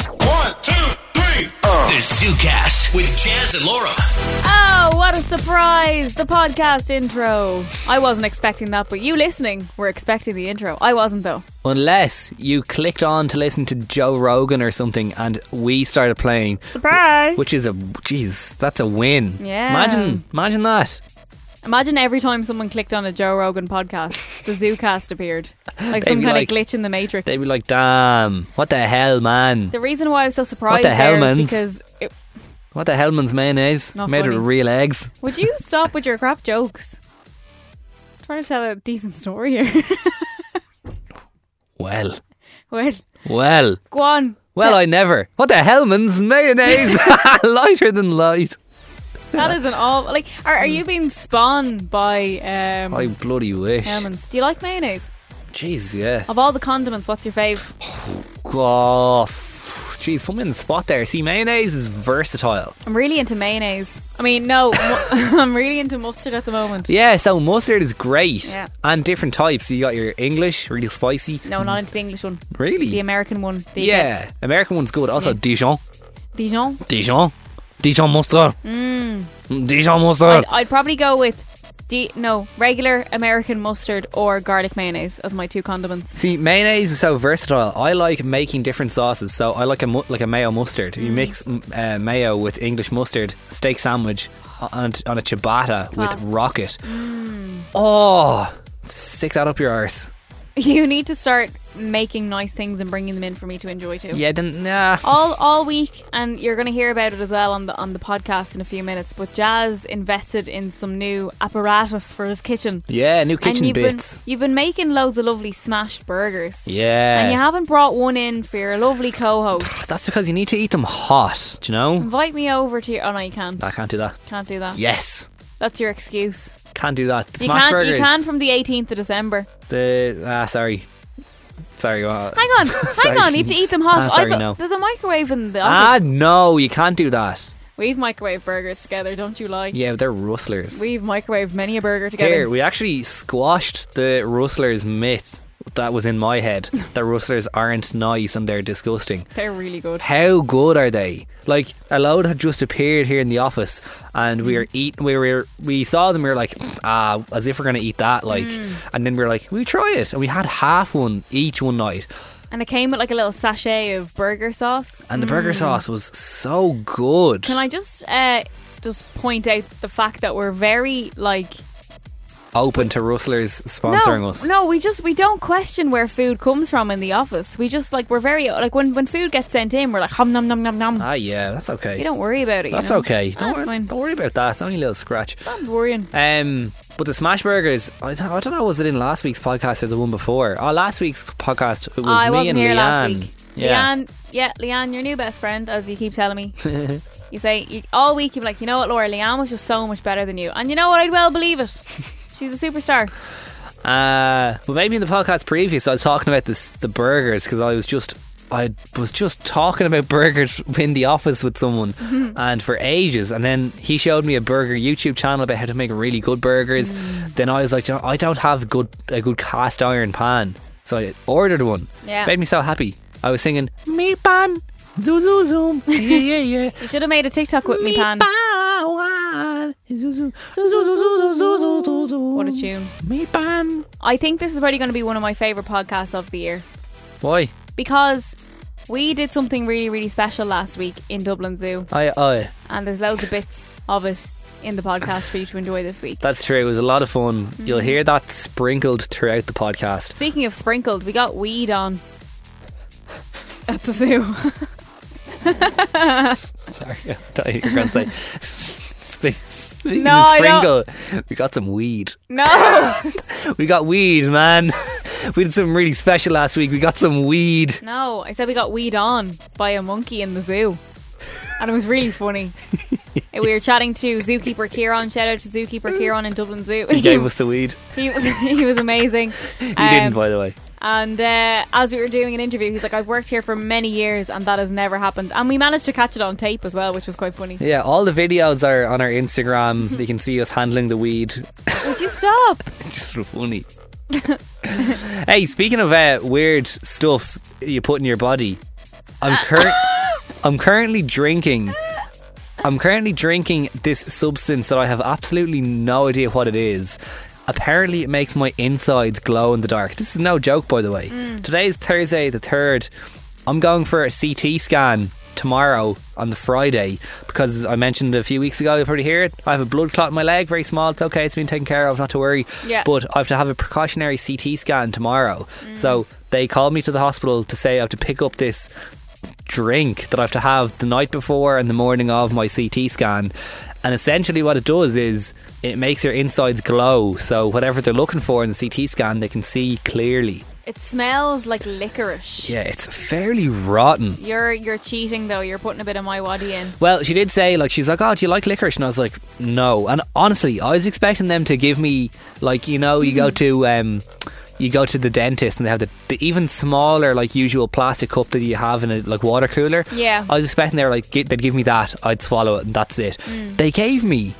Uh, The ZooCast with Jazz and Laura. Oh, what a surprise! The podcast intro. I wasn't expecting that, but you listening were expecting the intro. I wasn't, though. Unless you clicked on to listen to Joe Rogan or something and we started playing, Surprise! which is a jeez, that's a win. Yeah. Imagine imagine that. Imagine every time someone clicked on a Joe Rogan podcast, the Zoocast appeared. Like They'd some be kind like- of glitch in the Matrix. They'd be like, "Damn, what the hell, man? the reason why I was so surprised the hell, there is mans? because it, What the hell, man's mayonnaise Not made funny. of real eggs." would you stop with your crap jokes? I'm trying to tell a decent story here. Well, well, well, go on. well, I never. What the hell, man's mayonnaise lighter than light. That is an all. Like, are, are Hmm. you being spawned by um, I bloody wish. Hellman's? Do you like mayonnaise? Jeez, yeah. Of all the condiments, what's your fave? Oh, f- jeez, put me in the spot there. See, mayonnaise is versatile. I'm really into mayonnaise. I mean, no, mu- I'm really into mustard at the moment. Yeah, so mustard is great. Yeah. And different types. You got your English, really spicy. No, not into the English one. Really? The American one. The yeah. American one's good. Also Yeah. Dijon. Dijon. Dijon. Dijon mustard. Mm. Dijon mustard. I'd, I'd probably go with D- no regular American mustard or garlic mayonnaise as my two condiments. See, mayonnaise is so versatile. I like making different sauces. So I like a mu- like a mayo mustard. You mix mm, uh, mayo with English mustard, steak sandwich, on, on a Class. ciabatta Mm. with rocket. Oh, stick that up your arse. You need to start making nice things and bringing them in for me to enjoy too. Yeah, then nah. All all week, and you're going to hear about it as well on the on the podcast in a few minutes. But Jazz invested in some new apparatus for his kitchen. Yeah, new and kitchen you've bits. been you've been making loads of lovely smashed burgers. yeah. And you haven't brought one in for your lovely co-host. That's because you need to eat them hot. Do you know? Invite me over to your. Oh no, you can't. I can't do that. Can't do that. Yes, That's your excuse. can't do that. you Smash can. burgers. You can from the 18th of December. The ah, sorry, sorry. well, Hang on, hang sorry. on. You have to eat them hot. Ah, sorry, thought- no. There's a microwave in the Ah, office. no, you can't do that. We've microwave burgers together. Don't you lie? Yeah, they're rustlers. We've microwaved many a burger together. Here, we actually squashed the rustlers myth that was in my head. that rustlers aren't nice and they're disgusting. They're really good. How good are they? Like a load had just appeared here in the office, and we were eating. We were we saw them. We were like, ah, as if we're gonna eat that. Like, Mm. and then we were like, we try it, and we had half one each one night, And it came with like a little sachet of burger sauce. and the burger sauce was so good. Mm. Can I just uh, just point out the fact that we're very like Open to rustlers sponsoring no, us. No, we just we don't question where food comes from in the office. We just like we're very like when when food gets sent in, we're like hum nom nom nom nom. Ah, yeah, that's okay. we don't worry about it. you that's know? okay. Don't, Ah, worry, that's fine. don't worry about that. It's only a little scratch. I'm worrying. Um, but the smash burgers, I don't, I don't know. Was it in last week's podcast or the one before? Oh, last week's podcast it was I me wasn't and here Leanne. last week. Yeah. Leanne, yeah, Leanne, your new best friend, as you keep telling me. you say you, all week you're like, you know what, Laura, Leanne was just so much better than you, and you know what? I'd well believe it. She's a superstar. Uh, but maybe in the podcast previous, I was talking about this, the burgers because I was just I was just talking about burgers in the office with someone, Mm-hmm. and for ages. And then he showed me a burger YouTube channel about how to make really good burgers. Mm. Then I was like, "Do you know, I don't have good a good cast iron pan, so I ordered one. Yeah. made me so happy. I was singing meat pan, zoom zoom zoom, yeah yeah yeah. You should have made a TikTok with me, Pan. What What a tune! Me pan. I think this is probably going to be one of my favorite podcasts of the year. Why? because we did something really, really special last week in Dublin Zoo, I I. and there's loads of bits of it in the podcast for you to enjoy this week. That's true. It was a lot of fun. You'll hear that sprinkled throughout the podcast. Speaking of sprinkled, we got weed on at the zoo. Sorry, I thought you were going to say. Sp- speaking No, of I sprinkle, don't. we got some weed. No, We got weed, man. We did something really special last week. We got some weed. no, I said we got weed on by a monkey in the zoo, and it was really funny. And we were chatting to zookeeper Kieran. Shout out to zookeeper Kieran in Dublin Zoo. He gave us the weed. he was he was amazing. Um, He didn't, by the way. And uh, as we were doing an interview, he's like, I've worked here for many years and that has never happened. And we managed to catch it on tape as well, which was quite funny. Yeah, all the videos are on our Instagram. you can see us handling the weed. Would you stop? just sort of funny. hey, speaking of uh, weird stuff you put in your body, I'm cur- I'm currently drinking I'm currently drinking this substance that I have absolutely no idea what it is. Apparently, it makes my insides glow in the dark. This is no joke, by the way. Today is Thursday, the 3rd. I'm going for a CT scan tomorrow on the Friday because I mentioned a few weeks ago, you'll probably hear it. I have a blood clot in my leg, very small. It's okay, it's been taken care of, not to worry. Yeah. But I have to have a precautionary CT scan tomorrow. So they called me to the hospital to say I have to pick up this drink that I have to have the night before and the morning of my CT scan. And essentially, what it does is it makes your insides glow. So, whatever they're looking for in the CT scan, they can see clearly. It smells like licorice. Yeah, it's fairly rotten. You're you're cheating though. You're putting a bit of my waddy in. Well, she did say like she's like, "Oh, do you like licorice?" And I was like, "No." And honestly, I was expecting them to give me like you know, you go to um, you go to the dentist and they have the, the even smaller like usual plastic cup that you have in a like water cooler. Yeah. I was expecting they were like gi- they'd give me that. I'd swallow it and that's it. They gave me.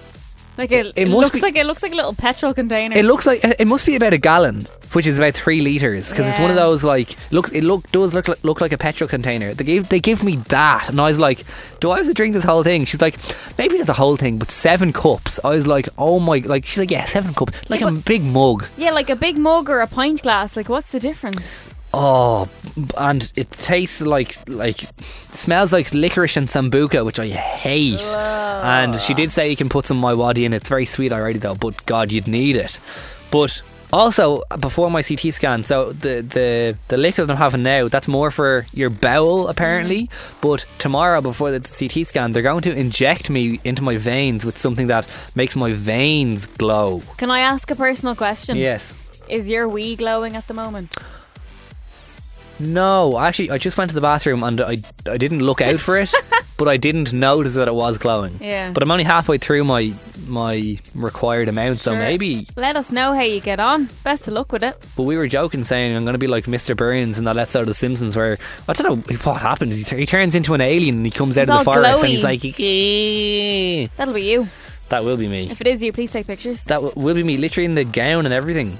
Like a, It- it, it must looks be- like it looks like a little petrol container. It looks like it must be about a gallon, which is about three liters, because it's one of Yeah. those like looks. It look does look like, look like a petrol container. They gave they give me that, and I was like, "Do I have to drink this whole thing?" She's like, "Maybe not the whole thing, but seven cups." I was like, "Oh my!" Like she's like, "Yeah, seven cups, like a big mug." yeah, like a big mug or a pint glass. Like what's the difference? Oh, and it tastes like like smells like licorice and sambuca, which I hate. And she did say you can put some my wadi in. It's very sweet already though, but God, you'd need it. But also before my CT scan, so the the the liquor that I'm having now, that's more for your bowel apparently. But tomorrow before the CT scan, they're going to inject me into my veins with something that makes my veins glow. Can I ask a personal question? Yes. Is your wee glowing at the moment? No, actually, I just went to the bathroom and I, I didn't look out for it, but I didn't notice that it was glowing. Yeah. But I'm only halfway through my my required amount, so Sure. maybe. Let us know how you get on. Best of luck with it. But we were joking, saying I'm going to be like Mr. Burns in that Let's Out of the Simpsons, where I don't know what happens. He, he turns into an alien and he comes out He's of the all forest and glowy. he's like, "Eeeh." That'll be you. that will be me. If it is you, please take pictures. That w- will be me, literally in the gown and everything.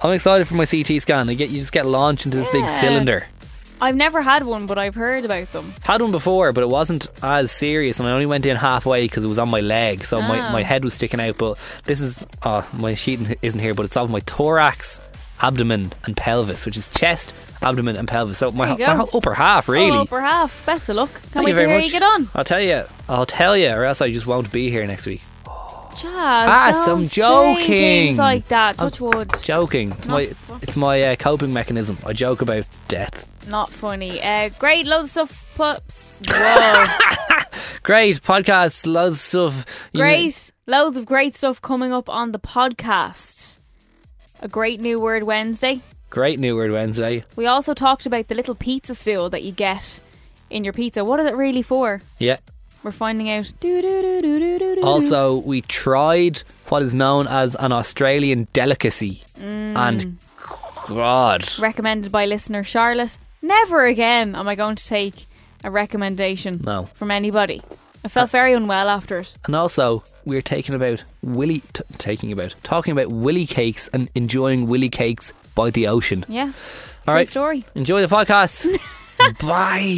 I'm excited for my CT scan. I get you just get launched into this big Yeah. cylinder. I've never had one, but I've heard about them. Had one before, but it wasn't as serious, and I only went in halfway because it was on my leg, so my, Ah. my head was sticking out. But this is oh, my sheet isn't here, but it's of my thorax, abdomen, and pelvis, which is chest, abdomen, and pelvis. So my, There you my go. whole upper half, really. All over half. Oh, Best of luck. Can't Thank wait you to very hear much. how you get on. I'll tell you. I'll tell you, or else I just won't be here next week. Jazz. Ah, don't some say joking. things like that. I'm Touch wood. Joking. It's Not my fucking- it's my uh, coping mechanism. I joke about death. Not funny. Uh, great, loads of stuff. Pups. Whoa. Great podcast, loads of you know- great. Loads of great stuff coming up on the podcast. A great new word Wednesday. great new word Wednesday. We also talked about the little pizza stool that you get in your pizza. What is it really for? Yeah. We're finding out. Do, do, do, do, do, do, do. Also, we tried what is known as an Australian delicacy, Mm. and God, recommended by listener Charlotte. Never again am I going to take a recommendation No. from anybody. I felt very unwell after it. and also we're taking about willy t- taking about talking about willy cakes and enjoying willy cakes by the ocean. Yeah. All True right, story. enjoy the podcast. Bye.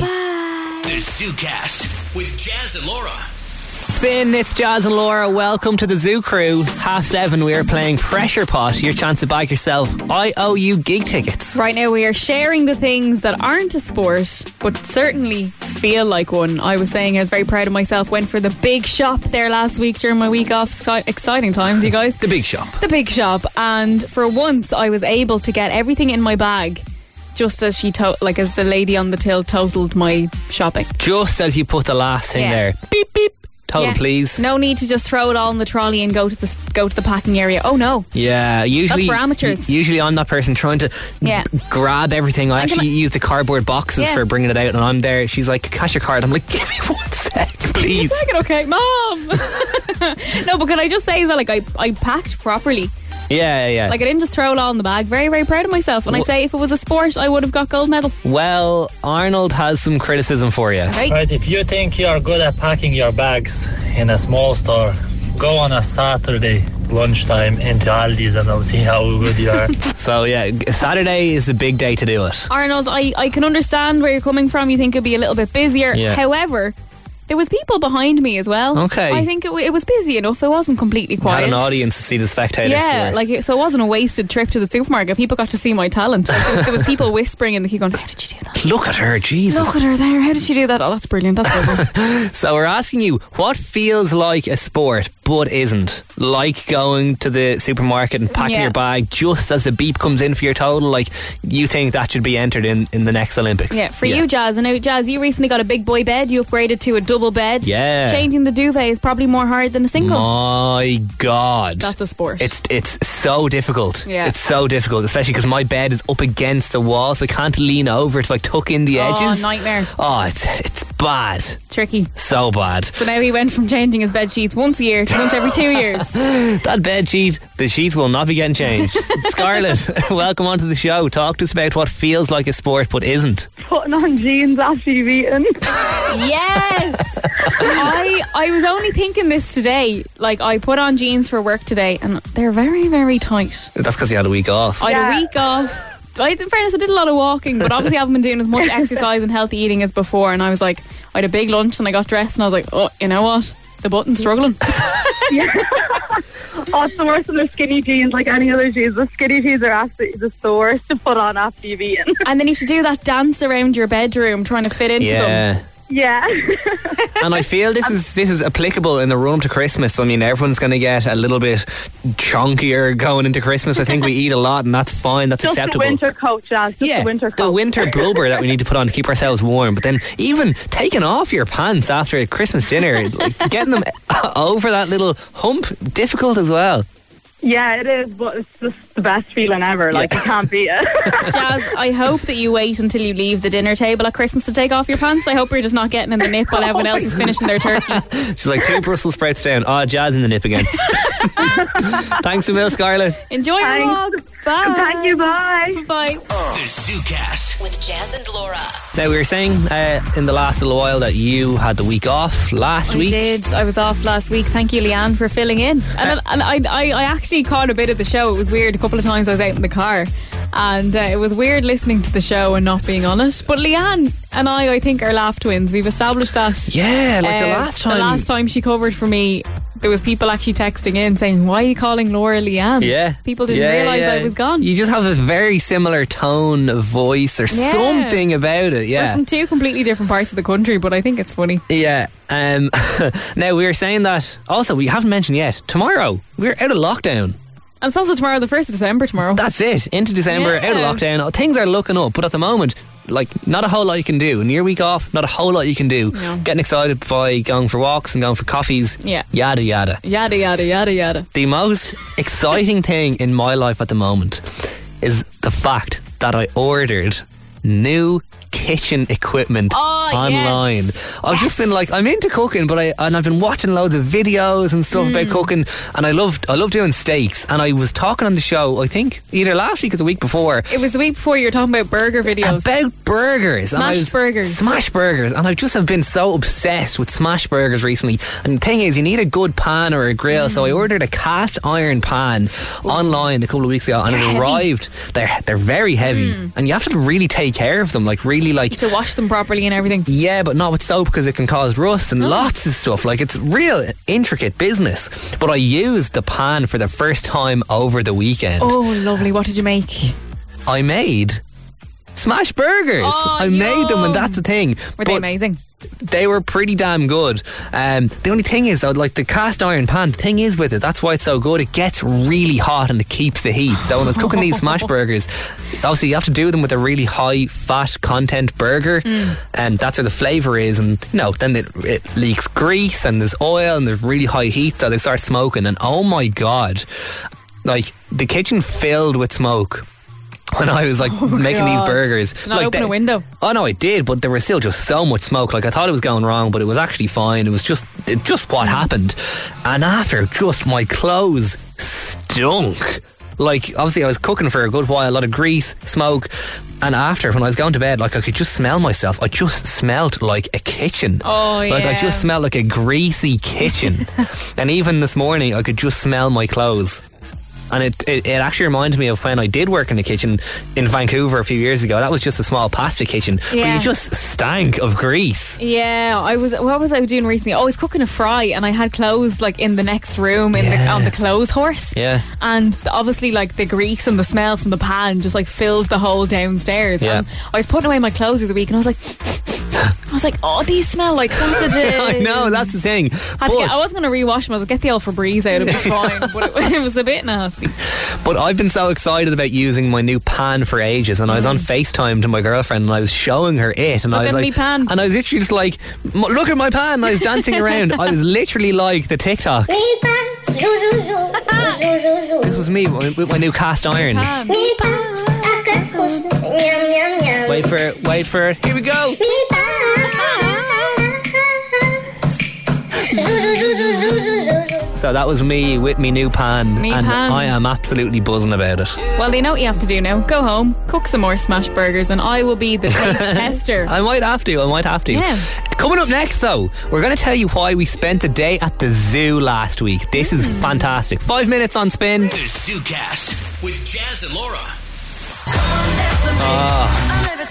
The ZooCast with Jazz and Laura. Spin, it's Jazz and Laura. Welcome to the Zoo Crew. Half seven, we are playing Pressure Pot. Your chance to bag yourself IOU gig tickets. Right now, we are sharing the things that aren't a sport, but certainly feel like one. I was saying I was very proud of myself. Went for the big shop there last week during my week off. Sci- Exciting times, you guys. The big shop. the big shop and for once I was able to get everything in my bag just as she to- like as the lady on the till totaled my shopping. Just as you put the last thing Yeah. there. Beep beep. Total Yeah. please. No need to just throw it all in the trolley and go to the s- go to the packing area. Oh no. Yeah, usually for amateurs. u- Usually, I'm that person trying to Yeah. b- grab everything. I And can actually use the cardboard boxes Yeah. for bringing it out, and I'm there. She's like, "Cash your card." I'm like, "Give me one sec, please." Second, okay, mom. no, but can I just say as well, like I, I packed properly. yeah, yeah, yeah. Like I didn't just throw it all in the bag. Very, very proud of myself. And I Wha- say if it was a sport, I would have got gold medal. well, Arnold has some criticism for you. Right, if you think you're good at packing your bags in a small store, go on a Saturday lunchtime into Aldi's and I'll see how good you are. So yeah, g- Saturday is the big day to do it. Arnold, I, I can understand where you're coming from. You think it'd be a little bit busier. Yeah. However, There was people behind me as well. Okay. I think it, w- it was busy enough. It wasn't completely You quiet. Had an audience to see the spectators. who Yeah, were- like it, so it wasn't a wasted trip to the supermarket. People got to see my talent. Like, there, was, there was people whispering in the queue going, "How did you do that? look at her, Jesus. Look at her there. How did she do that? Oh, that's brilliant. That's lovely." So we're asking you what feels like a sport but isn't, like going to the supermarket and packing Yeah. your bag just as the beep comes in for your total. Like you think that should be entered in in the next Olympics? yeah, for you, Jazz. I know, Jazz. You recently got a big boy bed. You upgraded to a double bed. Yeah. changing the duvet is probably more hard than a single. My God, That's a sport. It's it's so difficult. Yeah. it's so difficult, especially because my bed is up against the wall, so I can't lean over to like tuck in the Oh, edges. nightmare. Oh, it's it's bad, tricky. so bad. So now he went from changing his bed sheets once a year to once every two years. That bed sheet, the sheets will not be getting changed. Scarlett, welcome onto the show. Talk to us about what feels like a sport but isn't. putting on jeans after you've eaten. Yes. I I was only thinking this today. Like I put on jeans for work today and they're very, very tight. That's because you had a week off. I had Yeah. a week off. I, in fairness, I did a lot of walking, but obviously I haven't been doing as much exercise and healthy eating as before. And I was like, I had a big lunch and I got dressed and I was like, oh, you know what? The button's struggling. oh, it's the worst than the skinny jeans, like any other jeans. The skinny jeans are absolutely just the worst to put on after you've eaten. And then you have to do that dance around your bedroom trying to fit into them. Yeah. yeah. and I feel this is this is applicable in the run up to Christmas. I mean, everyone's going to get a little bit chunkier going into Christmas. I think we eat a lot, and that's fine. That's Just acceptable. a winter coat, Jazz. Just yeah, a winter coat. winter blubber that we need to put on to keep ourselves warm. But then, even taking off your pants after a Christmas dinner, like getting them over that little hump, difficult as well. yeah, it is, but it's just the best feeling ever. Like, you can't beat it. Jazz, I hope that you wait until you leave the dinner table at Christmas to take off your pants. I hope you're just not getting in the nip Oh while everyone else is finishing their turkey. She's like two Brussels sprouts down. Ah, jazz in the nip again. Thanks a mil, Scarlett. Enjoy your walk. Thanks. Bye. Thank you, bye. Bye. The ZooCast. With Jazz and Laura. Now we were saying uh, in the last little while that you had the week off last I week. did. I was off last week. Thank you, Leanne, for filling in. Uh, And, and I, I, I actually caught a bit of the show. It was weird. A couple of times I was out in the car, and uh, it was weird listening to the show and not being on it. But Leanne and I, I think, are laugh twins. We've established that. Yeah, like the Uh, last time. The last time she covered for me, there was people actually texting in saying, "Why are you calling Laura Leanne?" Yeah. people didn't Yeah, realize yeah. I was gone. You just have a very similar tone of voice or Yeah. something about it. We're Yeah. from two completely different parts of the country, but I think it's funny. Yeah. Um, now we were saying that also we haven't mentioned yet. Tomorrow we're out of lockdown. And it's also tomorrow, the first of December. Tomorrow. That's it. Into December, Yeah. out of lockdown. Things are looking up, but at the moment, like not a whole lot you can do. In your week off, not a whole lot you can do. No. Getting excited by going for walks and going for coffees. Yeah. Yada yada. yada yada yada yada. The most exciting thing in my life at the moment is the fact that I ordered new kitchen equipment Oh, online. I've just been like I'm into cooking but I and I've been watching loads of videos and stuff about cooking and I love I love doing steaks and I was talking on the show I think either last week or the week before It was the week before you were talking about burger videos. about burgers. and I Smash was- burgers. Smash burgers. And I've just have been so obsessed with smash burgers recently. And the thing is, you need a good pan or a grill. So Mm. I ordered a cast iron pan online a couple of weeks ago and it arrived. They're, they're very heavy. Mm. And you have to really take care of them. Like, really, like. to wash them properly and everything. Yeah, but not with soap because it can cause rust Oh. and lots of stuff. Like it's real intricate business. But I used the pan for the first time over the weekend. Oh, lovely. What did you make? I made smash burgers. Oh, I made them, yum. and that's the thing. Were But they amazing? They were pretty damn good. Um, the only thing is, though, like the cast iron pan, the thing is with it, that's why it's so good. It gets really hot and it keeps the heat. So when I was cooking these smash burgers, obviously you have to do them with a really high fat content burger, Mm. and that's where the flavour is. And you know, then it, it leaks grease and there's oil and there's really high heat, so they start smoking. And oh my god, like the kitchen filled with smoke when I was like making these Oh God. burgers. Not like open a window. Oh no, I did, but there was still just so much smoke. Like I thought it was going wrong, but it was actually fine. It was just it just Hmm. what happened. And after just my clothes stunk. Like obviously I was cooking for a good while, a lot of grease, smoke. And after when I was going to bed, like I could just smell myself. I just smelled like a kitchen. Oh, Like I yeah. just smelled like a greasy kitchen. and even this morning I could just smell my clothes. and it, it, it actually reminded me of when I did work in the kitchen in Vancouver a few years ago. That was just a small pasta kitchen, but Yeah. you just stank of grease. Yeah, I was. What was I doing recently? Oh, I was cooking a fry, and I had clothes like in the next room in the, Yeah. on the clothes horse. Yeah. and th- obviously like the grease and the smell from the pan just like filled the whole downstairs. Yeah. And I was putting away my clothes the other week, and I was like, I was like, oh, these smell like sausages. I know that's the thing. Had to get, I But, wasn't going to rewash them. I was like, get the old Febreze out of it, fine. but it, it was a bit nasty. but I've been so excited about using my new pan for ages, and I was on FaceTime to my girlfriend, and I was showing her it, and Mm. Look I at was like, me pan. and I was literally just like, "M- look at my pan. And I was dancing around. I was literally like the TikTok. Mi pan, zou zou zou, zou zou zou. This was me with my new cast iron. Um, Mi pan, ach как вкусно, ням ням ням. Wait for it, wait for it. Here we go. Mi pan. Zou zou zou zou zou zou zou zou. So that was me with me new pan, Me and pan. I am absolutely buzzing about it. well, you know what you have to do now. Go home, cook some more smash burgers, and I will be the taste tester. I might have to. I might have to. Yeah. Coming up next, though, we're going to tell you why we spent the day at the zoo last week. This is Mm. fantastic. Five minutes on spin. The ZooCast with Jazz and Laura.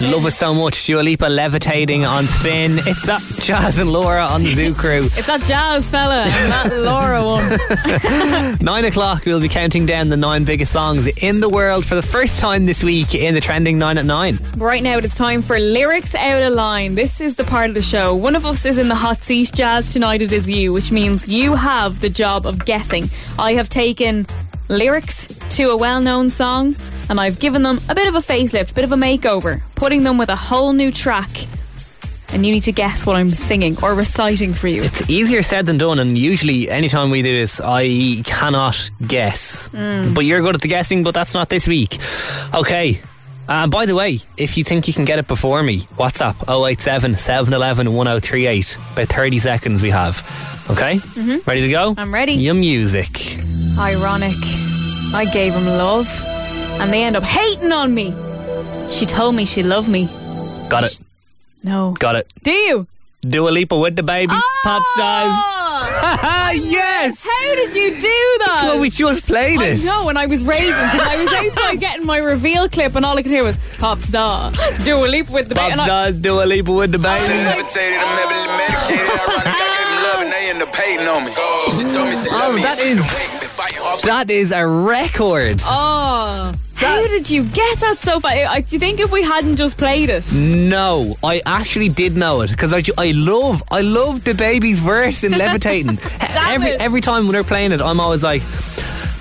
Love it so much. Dua Lipa levitating on spin. It's that Jazz and Laura on the zoo crew. It's that jazz fella and that Laura one. Nine o'clock, we'll be counting down the nine biggest songs in the world for the first time this week in the trending nine at nine. Right now, it's time for Lyrics Out of Line. This is the part of the show. One of us is in the hot seat, Jazz. Tonight it is you, which means you have the job of guessing. I have taken lyrics to a well known song and I've given them a bit of a facelift, bit of a makeover, putting them with a whole new track. And you need to guess what I'm singing or reciting for you. It's easier said than done, and usually, anytime we do this, I cannot guess. Mm. But you're good at the guessing, but that's not this week. Okay. Uh, by the way, if you think you can get it before me, WhatsApp 087 711 1038. About 30 seconds we have. Okay? Mm-hmm. Ready to go? I'm ready. Your music. Ironic. I gave him love and they end up hating on me. She told me she loved me. Got it. No. Got it. Do you? Do a leap with the baby. Oh! Pop stars. Ah, yes! How did you do that? Well, we just played I it. know, and I was raving because I was outside getting my reveal clip, and all I could hear was "pop star, do a leap with the Pop baby." And I- Oh. stars, do a leap with the baby. Levitated, I'm heavily medicated. Ironic, I gave them love and they end up hating on me. She told me she loved me. Oh, and that she is- the wait, the fight off. That is a record. Oh, how did you get that so far? I, I- do you think if we hadn't just played it? Mm. No, I actually did know it because I, ju- I love I love the baby's verse in Levitating. Damn every it. every time when they're playing it, I'm always like,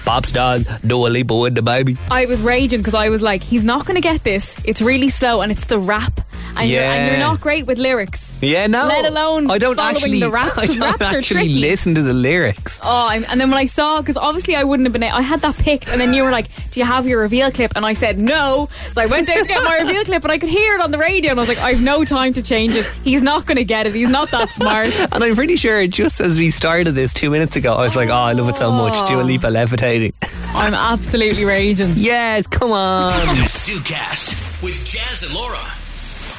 Bob's dog, do a leap with the baby. I was raging because I was like, "He's not going to get this. It's really slow, and it's the rap, and, you're, and Yeah. you're not great with lyrics." Yeah, no. Let alone I don't following actually the raps. I don't Raps are actually tricky. listen to the lyrics. Oh, I'm, and then when I saw, because obviously I wouldn't have been, I had that picked, and then you were like, "Do you have your reveal clip?" And I said no, so I went down to get my reveal clip, and I could hear it on the radio, and I was like, "I've no time to change it. He's not going to get it. He's not that smart." And I'm pretty sure just as we started this two minutes ago, I was like, oh, I love it so much. Do a leap of levitating. I'm absolutely raging. yes, come on. The ZooCast with Jazz and Laura.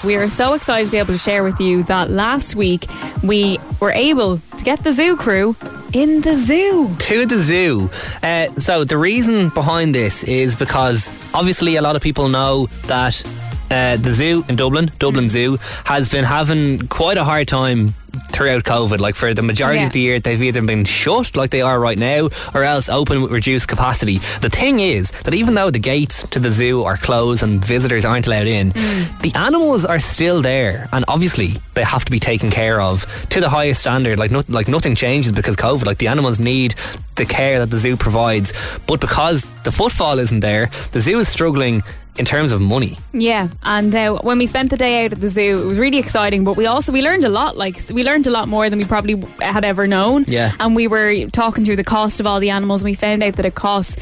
We are so excited to be able to share with you that last week we were able to get the zoo crew in the zoo. to the zoo. Uh, so the reason behind this is because obviously a lot of people know that uh, the zoo in Dublin, Dublin Zoo, has been having quite a hard time throughout COVID. Like for the majority Yeah. of the year, they've either been shut like they are right now, or else open with reduced capacity. The thing is that even though the gates to the zoo are closed and visitors aren't allowed in, the animals are still there, and obviously they have to be taken care of to the highest standard. Like not, like nothing changes because COVID. Like the animals need the care that the zoo provides, but because the footfall isn't there, the zoo is struggling in terms of money. Yeah, and uh, when we spent the day out at the zoo, it was really exciting. But we also we learned a lot. Like we learned a lot more than we probably had ever known. Yeah. and we were talking through the cost of all the animals, and we found out that it costs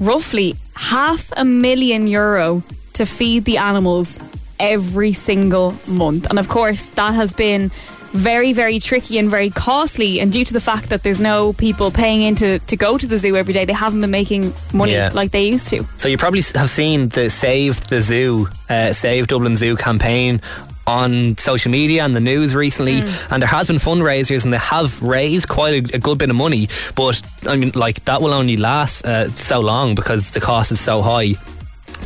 roughly half a million euro to feed the animals every single month. And of course, that has been very, very tricky and very costly. And due to the fact that there's no people paying into to go to the zoo every day, they haven't been making money Yeah. like they used to. So you probably s- have seen the Save the Zoo, uh, Save Dublin Zoo campaign on social media and the news recently, and there has been fundraisers, and they have raised quite a, a good bit of money. But I mean, like that will only last uh, so long because the cost is so high.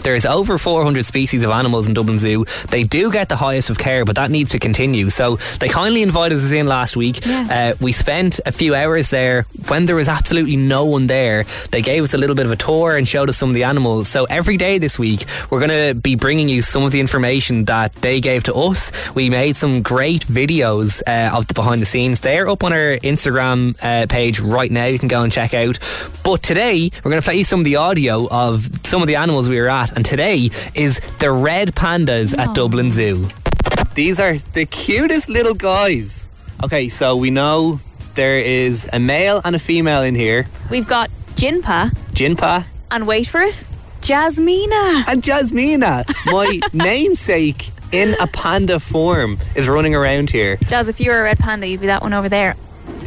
There's over 400 species of animals in Dublin Zoo. They do get the highest of care, but that needs to continue. So they kindly invited us in last week. Yeah. Uh, we spent a few hours there when there was absolutely no one there. They gave us a little bit of a tour and showed us some of the animals. So every day this week, we're going to be bringing you some of the information that they gave to us. We made some great videos uh, of the behind the scenes. They're up on our Instagram uh, page right now. You can go and check out. But today, we're going to play you some of the audio of some of the animals we were at. And today is the red pandas at Dublin Zoo. These are the cutest little guys. Okay, so we know there is a male and a female in here. We've got Jinpa Jinpa and wait for it, Jasmina. and Jasmina, my namesake in a panda form, is running around here. Jazz, if you were a red panda, you'd be that one over there.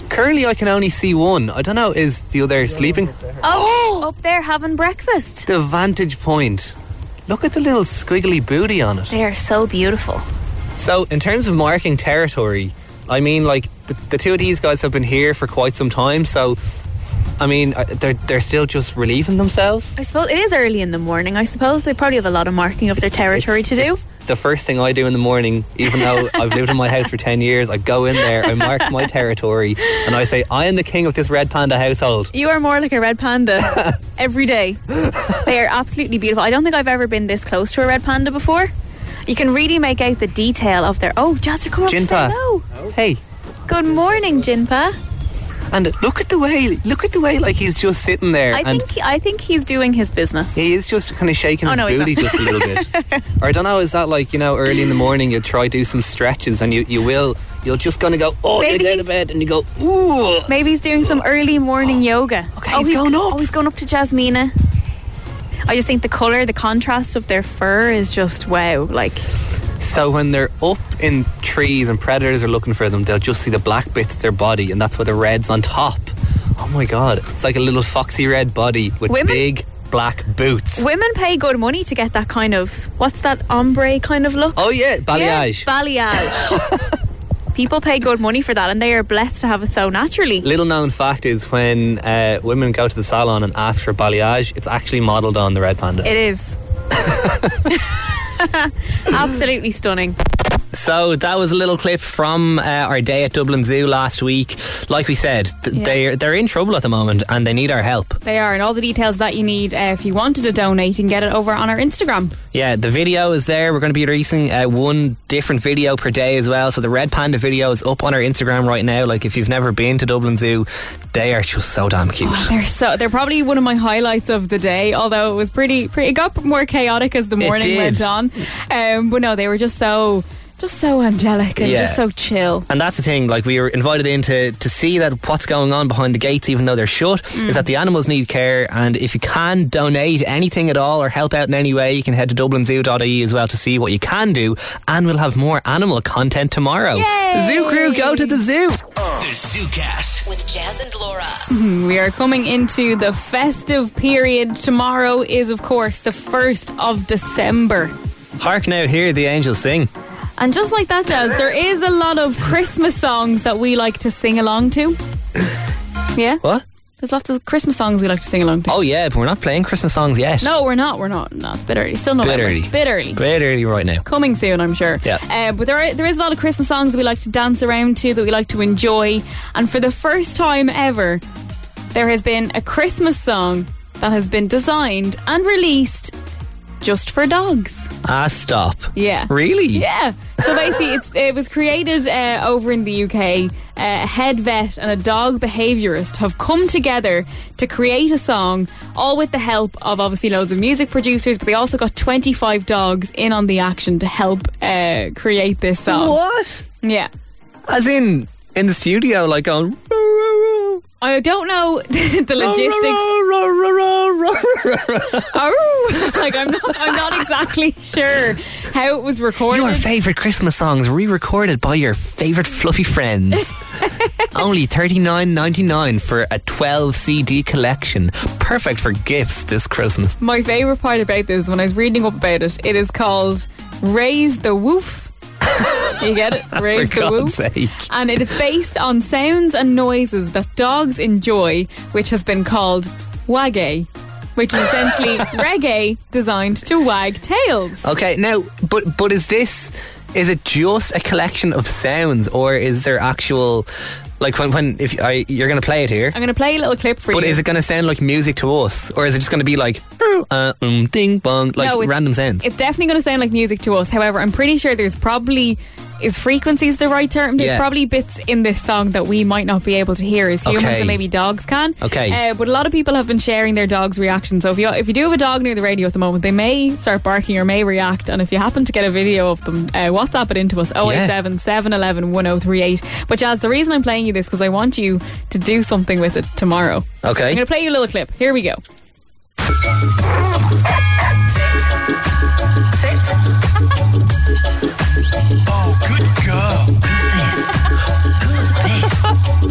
Currently, I can only see one. I don't know, is the other sleeping? Oh, up there having breakfast. The vantage point. Look at the little squiggly booty on it. They are so beautiful. So, in terms of marking territory, I mean, like, the, the two of these guys have been here for quite some time, so. I mean, uh, they're, they're still just relieving themselves. I suppose it is early in the morning. I suppose they probably have a lot of marking of their territory It's- to do. it's The first thing I do in the morning, even though I've lived in my house for 10 years, I go in there, I mark my territory, and I say, I am the king of this red panda household. You are more like a red panda every day. They are absolutely beautiful. I don't think I've ever been this close to a red panda before. You can really make out the detail of their. Oh, Jazz, they're coming up to say Jinpa. hello. Hey, Good morning, Jinpa. and look at the way, look at the way, like he's just sitting there. I and think I think he's doing his business. He is just kind of shaking Oh, his no, he's booty not. just a little bit. or I don't know, is that like, you know, early in the morning you try do some stretches and you, you will, you'll just kind of go, oh, Maybe you get out he's- of bed and you go, ooh. Maybe he's doing some early morning yoga. Okay, he's going up. Oh, he's going up to Jasmina. I just think the color, the contrast of their fur is just wow. Like So when they're up in trees and predators are looking for them, they'll just see the black bits of their body, and that's where the red's on top. Oh my god, it's like a little foxy red body with Women- big black boots. women pay good money to get that kind of what's that ombre kind of look? oh yeah, balayage. Yeah, balayage. People pay good money for that, and they are blessed to have it so naturally. little known fact is when uh, women go to the salon and ask for balayage, it's actually modelled on the red panda. It is. Absolutely stunning. So that was a little clip from uh, our day at Dublin Zoo last week. Like we said, th- Yeah. they're they're in trouble at the moment and they need our help. They are, and all the details that you need uh, if you wanted to donate, you can get it over on our Instagram. Yeah, the video is there. We're going to be releasing uh, one different video per day as well. So the Red Panda video is up on our Instagram right now. Like if you've never been to Dublin Zoo, they are just so damn cute. They're so they're probably one of my highlights of the day. Although it was pretty, pretty it got more chaotic as the morning did. went on. Um, but no, they were just so, just so angelic and Yeah. just so chill. And that's the thing, like we were invited in to, to see that what's going on behind the gates, even though they're shut, is that the animals need care. And if you can donate anything at all or help out in any way, you can head to dublinzoo.ie E as well to see what you can do. And we'll have more animal content tomorrow. Yay! Zoo crew, go to the zoo. The ZooCast. With Jazz and Laura. We are coming into the festive period. Tomorrow is, of course, the first of December. Hark now, hear the angels sing. And just like that, Jazz, there is a lot of Christmas songs that we like to sing along to. Yeah? What? There's lots of Christmas songs we like to sing along to. Oh yeah, but we're not playing Christmas songs yet. No, we're not. We're not. No, it's a bit early. Still not Bit early. Bit early. Bit early right now. coming soon, I'm sure. Yeah. Uh, but there are, there is a lot of Christmas songs we like to dance around to that we like to enjoy, and for the first time ever, there has been a Christmas song that has been designed and released just for dogs. Ah, stop. Yeah. Really? Yeah. So basically, it's, it was created uh, over in the UK. A head vet and a dog behaviourist have come together to create a song, all with the help of obviously loads of music producers, but they also got 25 dogs in on the action to help uh, create this song. What? Yeah. As in in the studio, like going. "Roo, roo, roo, I don't know the roo, logistics. roo, roo, roo, roo, roo, roo." Oh, like I'm not, I'm not exactly sure how it was recorded. Your favourite Christmas songs re-recorded by your favourite fluffy friends. Only thirty nine ninety nine for a twelve CD collection. Perfect for gifts this Christmas. My favourite part about this, when I was reading up about it, it is called Raise the Woof. You get it? Raise For the woo. God's sake. And it is based on sounds and noises that dogs enjoy, which has been called waggy, which is essentially reggae designed to wag tails. Okay, now, but but is this is it just a collection of sounds, or is there actual like when when if I you're gonna play it here? I'm going to play a little clip for But you. is it gonna sound like music to us, or is it just gonna be like uh, um, ding bong, like it's- random sounds? It's definitely going to sound like music to us. However, I'm pretty sure there's probably is frequencies the right term. There's Yeah. probably bits in this song that we might not be able to hear as humans, Okay. and maybe dogs can. Okay. Uh, but a lot of people have been sharing their dogs' reactions. So if you if you do have a dog near the radio at the moment, they may start barking or may react. And if you happen to get a video of them, uh, WhatsApp it into us 087 711 1038. But Jazz, the reason I'm playing you this because I want you to do something with it tomorrow. I'm Okay, going to play you a little clip. Here we go.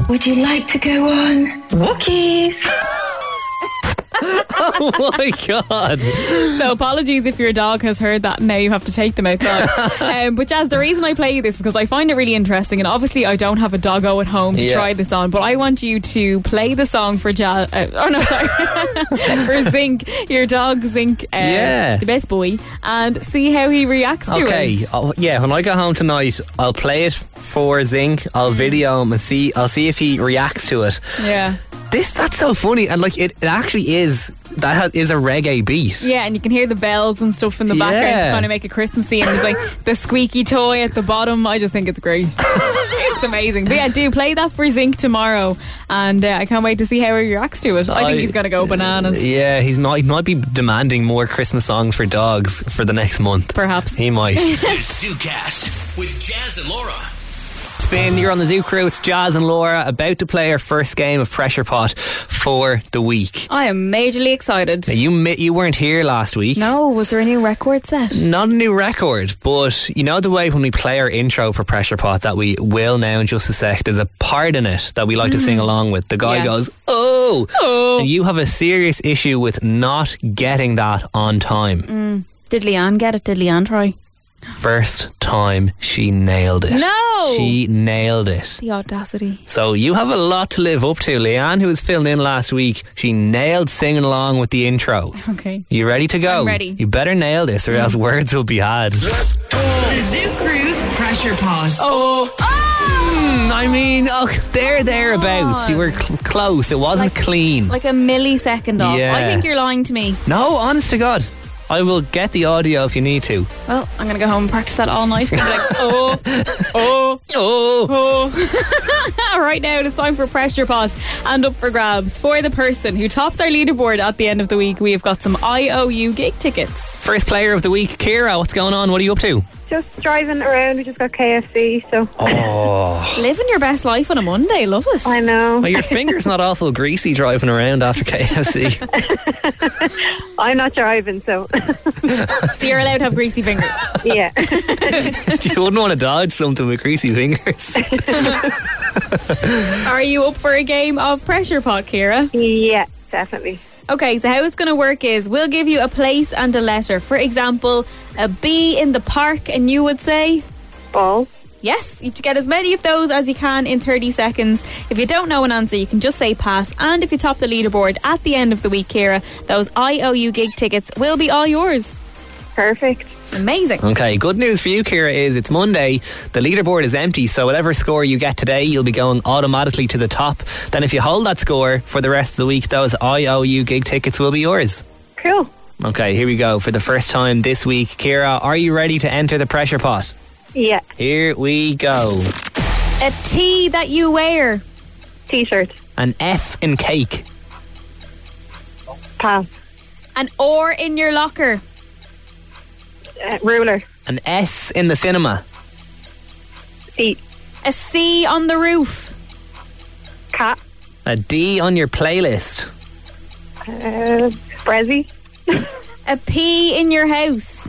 Would you like to go on walkies? oh my god, So apologies if your dog has heard that. and Now you have to take them outside. um, but Jazz, the reason I play you this is because I find it really interesting, and obviously I don't have a doggo at home to Yeah. try this on. But I want you to play the song for Jazz. Uh, oh no, sorry, for Zinc, your dog Zinc. Uh, Yeah. the best boy, and see how he reacts to okay, it. oh, yeah. When I go home tonight, I'll play it for Zinc. I'll video him and see. I'll see if he reacts to it. Mm-hmm. Yeah, This that's so funny, and like it, it actually is. That ha- is a reggae beat. yeah, and you can hear the bells and stuff in the Yeah. background to kind of make it Christmassy, and it's like the squeaky toy at the bottom. I just think it's great. it's amazing. But yeah, do play that for Zinc tomorrow, and uh, I can't wait to see how he reacts to it. I, think I- he's gonna go bananas. Yeah, he's might might be demanding more Christmas songs for dogs for the next month. Perhaps. He might. The ZooCast with Jazz and Laura. Spin, you're on the Zoo Crew. It's Jazz and Laura about to play our first game of Pressure Pot for the week. I am majorly excited. Now, you mi- you weren't here last week. No, was there a new record set? Not a new record, but you know the way when we play our intro for Pressure Pot that we will now in just a sec, there's a part in it that we like to sing along with. The guy Mm. Yeah. goes, Oh! Oh. And you have a serious issue with not getting that on time. Mm. Did Leanne get it? Did Leanne try? First time she nailed it. No! She nailed it. The audacity. So you have a lot to live up to. Leanne, who was filling in last week, she nailed singing along with the intro. Okay. You ready to go? I'm ready. You better nail this or else words will be had. The Zoo Cruise Pressure Pot. Oh. I mean, oh, there, thereabouts. You were cl- close. It wasn't Like- clean. Like a millisecond off. Yeah. I think you're lying to me. no, honest to God. I will get the audio if you need to. Well, I'm gonna go home and practice that all night. Be like, oh, oh, Oh. Oh. right now, it is time for Pressure Pot and Up for Grabs. For the person who tops our leaderboard at the end of the week, we have got some IOU gig tickets. First player of the week, Kira. What's going on? What are you up to? Just driving around, we just got KFC, so Oh. Living your best life on a Monday, love it. I know. well, your finger's not awful greasy driving around after KFC. I'm not driving, so So you're allowed to have greasy fingers. yeah. you wouldn't want to dodge something with greasy fingers. Are you up for a game of Pressure Pot, Kira? yeah, definitely. Okay, so how it's going to work is we'll give you a place and a letter. For example, a bee in the park, and you would say. Ball. Yes, you have to get as many of those as you can in 30 seconds. If you don't know an answer, you can just say pass. And if you top the leaderboard at the end of the week, Kira, those IOU gig tickets will be all yours. Perfect. Amazing. Okay, good news for you, Kira, is it's Monday. The leaderboard is empty, so whatever score you get today, you'll be going automatically to the top. Then, if you hold that score for the rest of the week, those IOU gig tickets will be yours. Cool. Okay, here we go. For the first time this week, Kira, are you ready to enter the pressure pot? Yeah. Here we go. A tee that you wear. T-shirt. An F in cake, Pass. An oar in your locker. Uh, ruler. an S in the cinema, Seat. A C on the roof. Cat. a D on your playlist, Uh, Brezzy. A P in your house.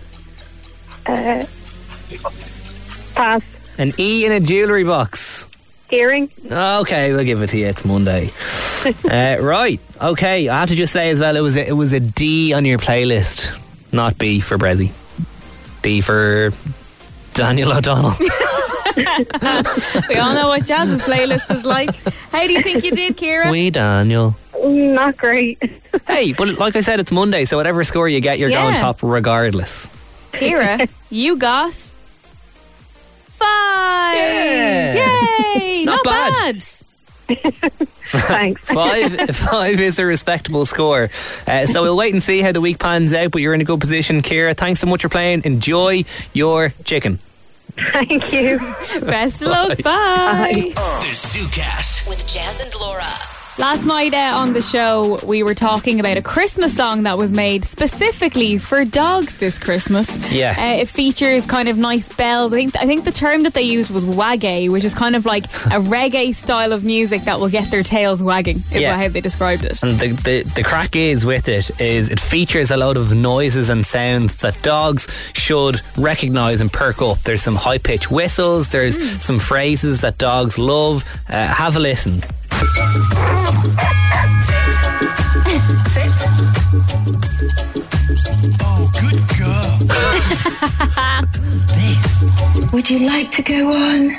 Pass. an E in a jewellery box. Gearing. Okay, we'll give it to you. It's Monday. uh, right. Okay. I have to just say as well, it was a, it was a D on your playlist, not B for Brezzy. D for Daniel O'Donnell. We all know what Jazz's playlist is like. How do you think you did, Kira? We Daniel. Not great. Hey, but like I said, it's Monday, so whatever score you get, you're going Yeah. top regardless. Kira, you got five. Yeah. Yay! Not, Not bad. bad. Thanks. Five, five is a respectable score. Uh, so we'll wait and see how the week pans out. But you're in a good position, Kira. Thanks so much for playing. Enjoy your chicken. Thank you. Best of luck. Bye. The ZooCast. With Jazz and Laura. Last night uh, on the show, we were talking about a Christmas song that was made specifically for dogs this Christmas. Yeah. Uh, it features kind of nice bells. I think, I think the term that they used was waggy, which is kind of like a reggae style of music that will get their tails wagging, is Yeah. how they described it. And the, the, the crack is with it is it features a lot of noises and sounds that dogs should recognize and perk up. There's some high pitched whistles. There's some phrases that dogs love. Uh, have a listen. Would you like to go on?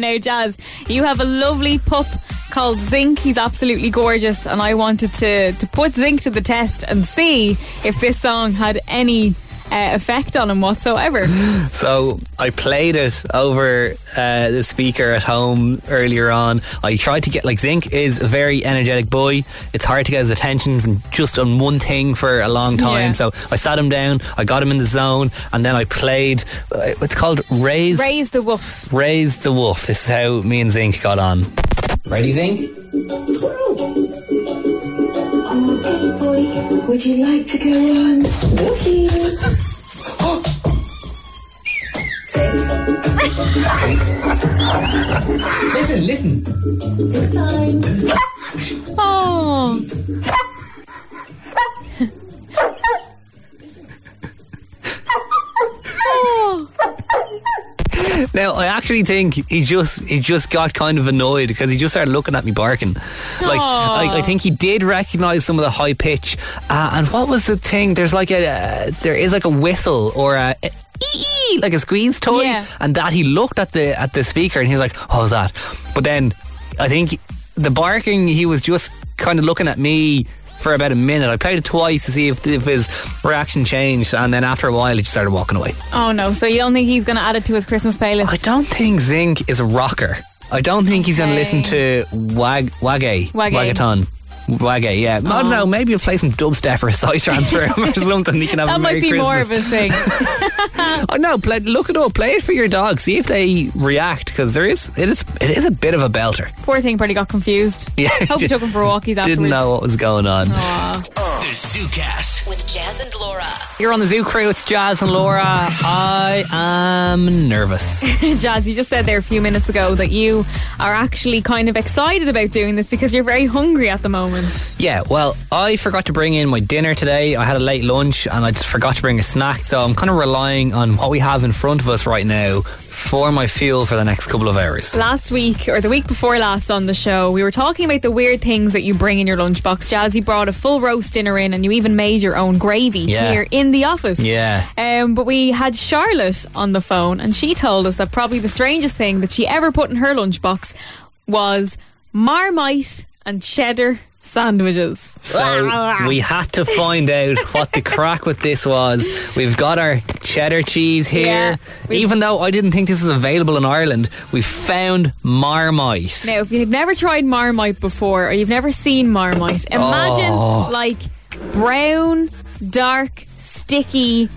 now, Jazz, you have a lovely pup called Zinc. He's absolutely gorgeous, and I wanted to to put Zinc to the test and see if this song had any uh, effect on him whatsoever. So I played it over uh, the speaker at home earlier on. I tried to get like Zinc is a very energetic boy. It's hard to get his attention from just on one thing for a long time. Yeah. So I sat him down. I got him in the zone, and then I played. Uh, it's called raise Raise the woof. raise the wolf. This is how me and Zinc got on. Ready, Zinc? Would you like to go on? Wookie. Listen, listen. Oh, Now I actually think he just he just got kind of annoyed because he just started looking at me barking. Like Aw. I, I think he did recognise some of the high pitch. Uh, and what was the thing? There's like a uh, there is like a whistle or a. a ee, Like a squeeze toy, Yeah. and that he looked at the at the speaker and he was like, "What was that?" But then I think the barking he was just kind of looking at me for about a minute. I played it twice to see if, if his reaction changed, and then after a while, he just started walking away. oh no! So you don't think he's going to add it to his Christmas playlist? I don't think Zinc is a rocker. I don't think he's going to Okay. listen to Wag Waggy Waggy. Wagaton. Waggy, yeah. I Oh. don't know. Maybe he'll play some dubstep or Psytrance for him or something. He can have That a Merry might be more of Christmas. his thing. Oh no! Play, look it up. Play it for your dog. See if they react because there is it is it is a bit of a belter. Poor thing, probably got confused. Yeah, Hope you took him for walkies afterwards. Didn't know what was going on. Aw. The ZooCast. With Jazz and Laura. You're on the Zoo Crew. It's Jazz and Laura. I am nervous. Jazz, you just said there a few minutes ago that you are actually kind of excited about doing this because you're very hungry at the moment. Yeah, well, I forgot to bring in my dinner today. I had a late lunch and I just forgot to bring a snack. So I'm kind of relying on what we have in front of us right now for my fuel for the next couple of hours. Last week, or the week before last on the show, we were talking about the weird things that you bring in your lunchbox. Jazz, you brought a full roast dinner in and you even made your own gravy Yeah. here in the office. Yeah. Um, but we had Charlotte on the phone and she told us that probably the strangest thing that she ever put in her lunchbox was marmite and cheddar sandwiches. So we had to find out what the crack with this was. We've got our cheddar cheese Yeah, here. we- Even though I didn't think this was available in Ireland, we found Marmite. Now, if you've never tried Marmite before or you've never seen Marmite, imagine like brown, dark, sticky,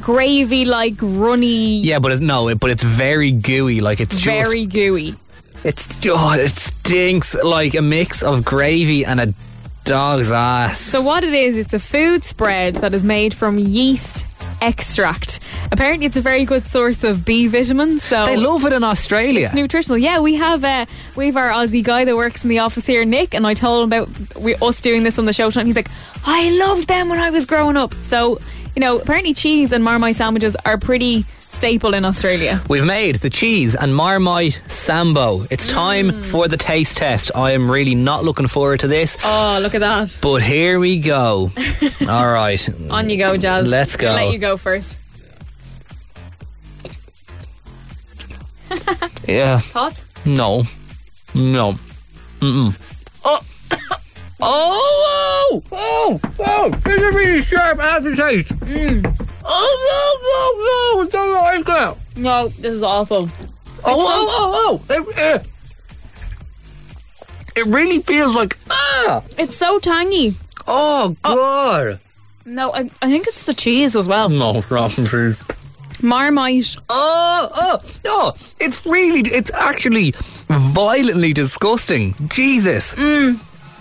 gravy like runny, Yeah, but it's, no, it, but it's very gooey. Like it's just very gooey. It's oh, it stinks like a mix of gravy and a dog's ass. So, what it is, it's a food spread that is made from yeast extract. Apparently, it's a very good source of B vitamins. So, they love it in Australia. nutritional. Yeah, we have uh, we have our Aussie guy that works in the office here, Nick, and I told him about we, us doing this on the show tonight. He's like, I loved them when I was growing up. So you know, apparently cheese and marmite sandwiches are pretty staple in Australia. We've made the cheese and Marmite Sambo. It's Mm. time for the taste test. I am really not looking forward to this, Oh, look at that! but here we go. All right. On you go, Jazz. Let's go. I'll let you go first. yeah. Thoughts? No. No. Mm-mm. Oh. Oh, oh, oh, oh, it's a really sharp aftertaste. Mm. Oh, no, no, no, it's on the ice cream. No, this is awful. Oh, oh, oh, oh. It, eh. it really feels like, ah, It's so tangy. oh, God. No, I, I think it's the cheese as well. No, rotten cheese. Marmite. Oh, oh, no, it's really, it's actually violently disgusting. Jesus.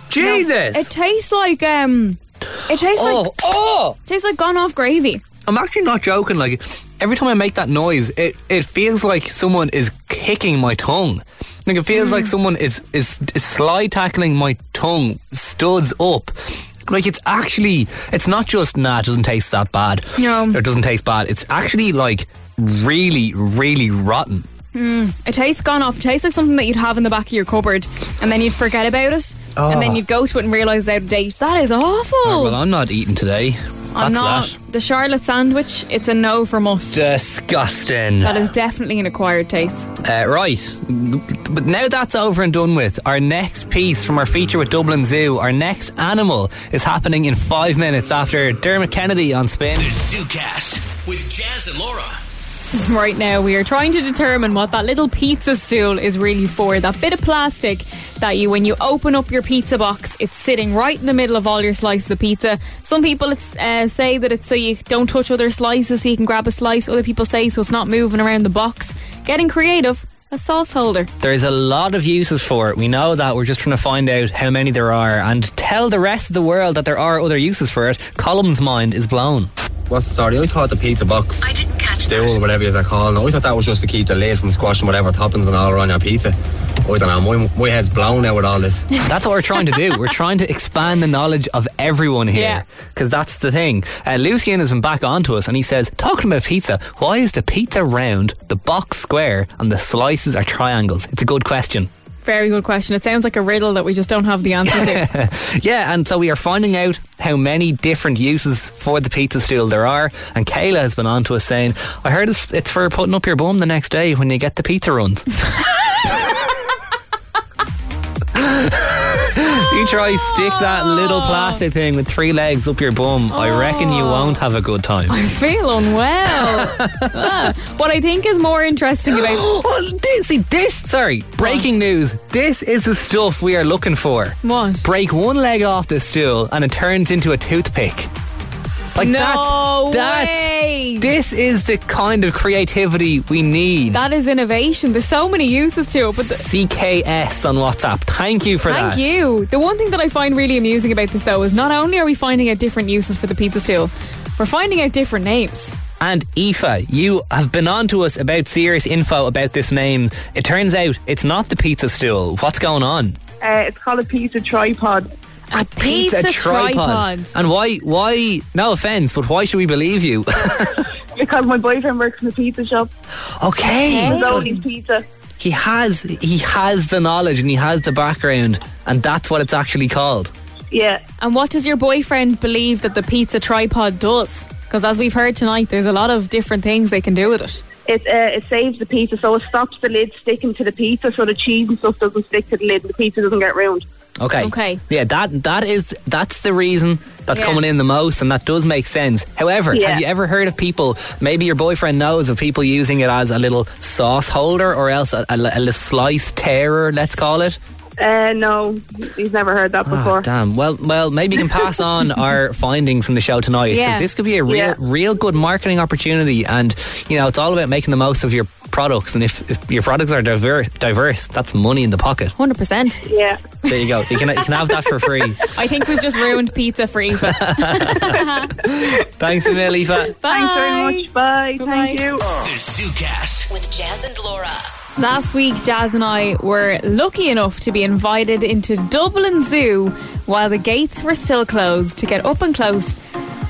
Jesus. It tastes like um. It tastes like oh, oh. tastes like gone off gravy. I'm actually not joking. Like every time I make that noise, it, it feels like someone is kicking my tongue. Like it feels Hmm. like someone is, is is sly tackling my tongue studs up. Like it's actually it's not just nah, it doesn't taste that bad. No. Or it doesn't taste bad. It's actually like really, really rotten. It tastes gone off. It tastes like something that you'd have in the back of your cupboard, and then you'd forget about it, and then you'd go to it and realize it's out of date. That is awful. Oh. Well, I'm not eating today. That's Oh. I'm not that. the Charlotte sandwich. It's a no from us. Disgusting. that is definitely an acquired taste. Uh, right, but now that's over and done with. Our next piece from our feature with Dublin Zoo, our next animal, is happening in five minutes after Dermot Kennedy on spin. The ZooCast with Jazz and Laura. Right now, we are trying to determine what that little pizza stool is really for. That bit of plastic that you, when you open up your pizza box, it's sitting right in the middle of all your slices of pizza. Some people it's, uh, say that it's so you don't touch other slices, so you can grab a slice. Other people say so it's not moving around the box. Getting creative, a sauce holder. There's a lot of uses for it. We know that. We're just trying to find out how many there are and tell the rest of the world that there are other uses for it. Column's mind is blown. What's the story? I thought the pizza box I didn't catch stool, that. whatever you are calling. it. I thought that was just to keep the lid from squashing whatever toppings and all around your pizza. I don't know. My, my head's blown now with all this. That's what we're trying to do. We're trying to expand the knowledge of everyone Yeah. here. Because that's the thing. Uh, Lucien has been back onto us and he says, talking about pizza, why is the pizza round, the box square, and the slices are triangles? It's a good question. Very good question. It sounds like a riddle that we just don't have the answer to. Yeah, and so we are finding out how many different uses for the pizza stool there are. And Kayla has been on to us saying, I heard it's, it's for putting up your bum the next day when you get the pizza runs. you try stick that little plastic thing with three legs up your bum. I reckon you won't have a good time. I feel unwell. Ah, what I think is more interesting about Oh, this, see this, sorry, breaking news. This is the stuff we are looking for. what? break one leg off the stool and it turns into a toothpick. Like No that's that's way. this is the kind of creativity we need. That is innovation. There's so many uses to it, but the, CKS on WhatsApp. Thank you for thank that. you. The one thing that I find really amusing about this though is not only are we finding out different uses for the pizza stool, we're finding out different names. And Aoife, you have been on to us about serious info about this name. It turns out it's not the pizza stool. What's going on? Uh, it's called a pizza tripod. A pizza, tripod. And why why no offense, but why should we believe you? Because my boyfriend works in the pizza shop. okay. He's so only pizza. he has he has the knowledge and he has the background and that's what it's actually called Yeah. And what does your boyfriend believe that the pizza tripod does? Because as we've heard tonight, there's a lot of different things they can do with it. It uh, it saves the pizza, so it stops the lid sticking to the pizza, so the cheese and stuff doesn't stick to the lid, and the pizza doesn't get round. okay Okay. yeah that that is that's the reason that's Yeah. coming in the most and that does make sense however Yeah. have you ever heard of people maybe your boyfriend knows of people using it as a little sauce holder or else a, a, a little slice tearer let's call it Uh, no, he's never heard that Ah, before. damn. Well, well, maybe you can pass on our findings from the show tonight because Yeah. this could be a real, Yeah. real good marketing opportunity. And you know, it's all about making the most of your products. And if, if your products are diver- diverse, that's money in the pocket. 100%. yeah. There you go. You can you can have that for free. I think we've just ruined pizza for Eva. Thanks, Emil Aoife. Thanks very much. Bye. Thank Bye-bye. you. The ZooCast. With Jazz and Laura. Last week, Jazz and I were lucky enough to be invited into Dublin Zoo while the gates were still closed to get up and close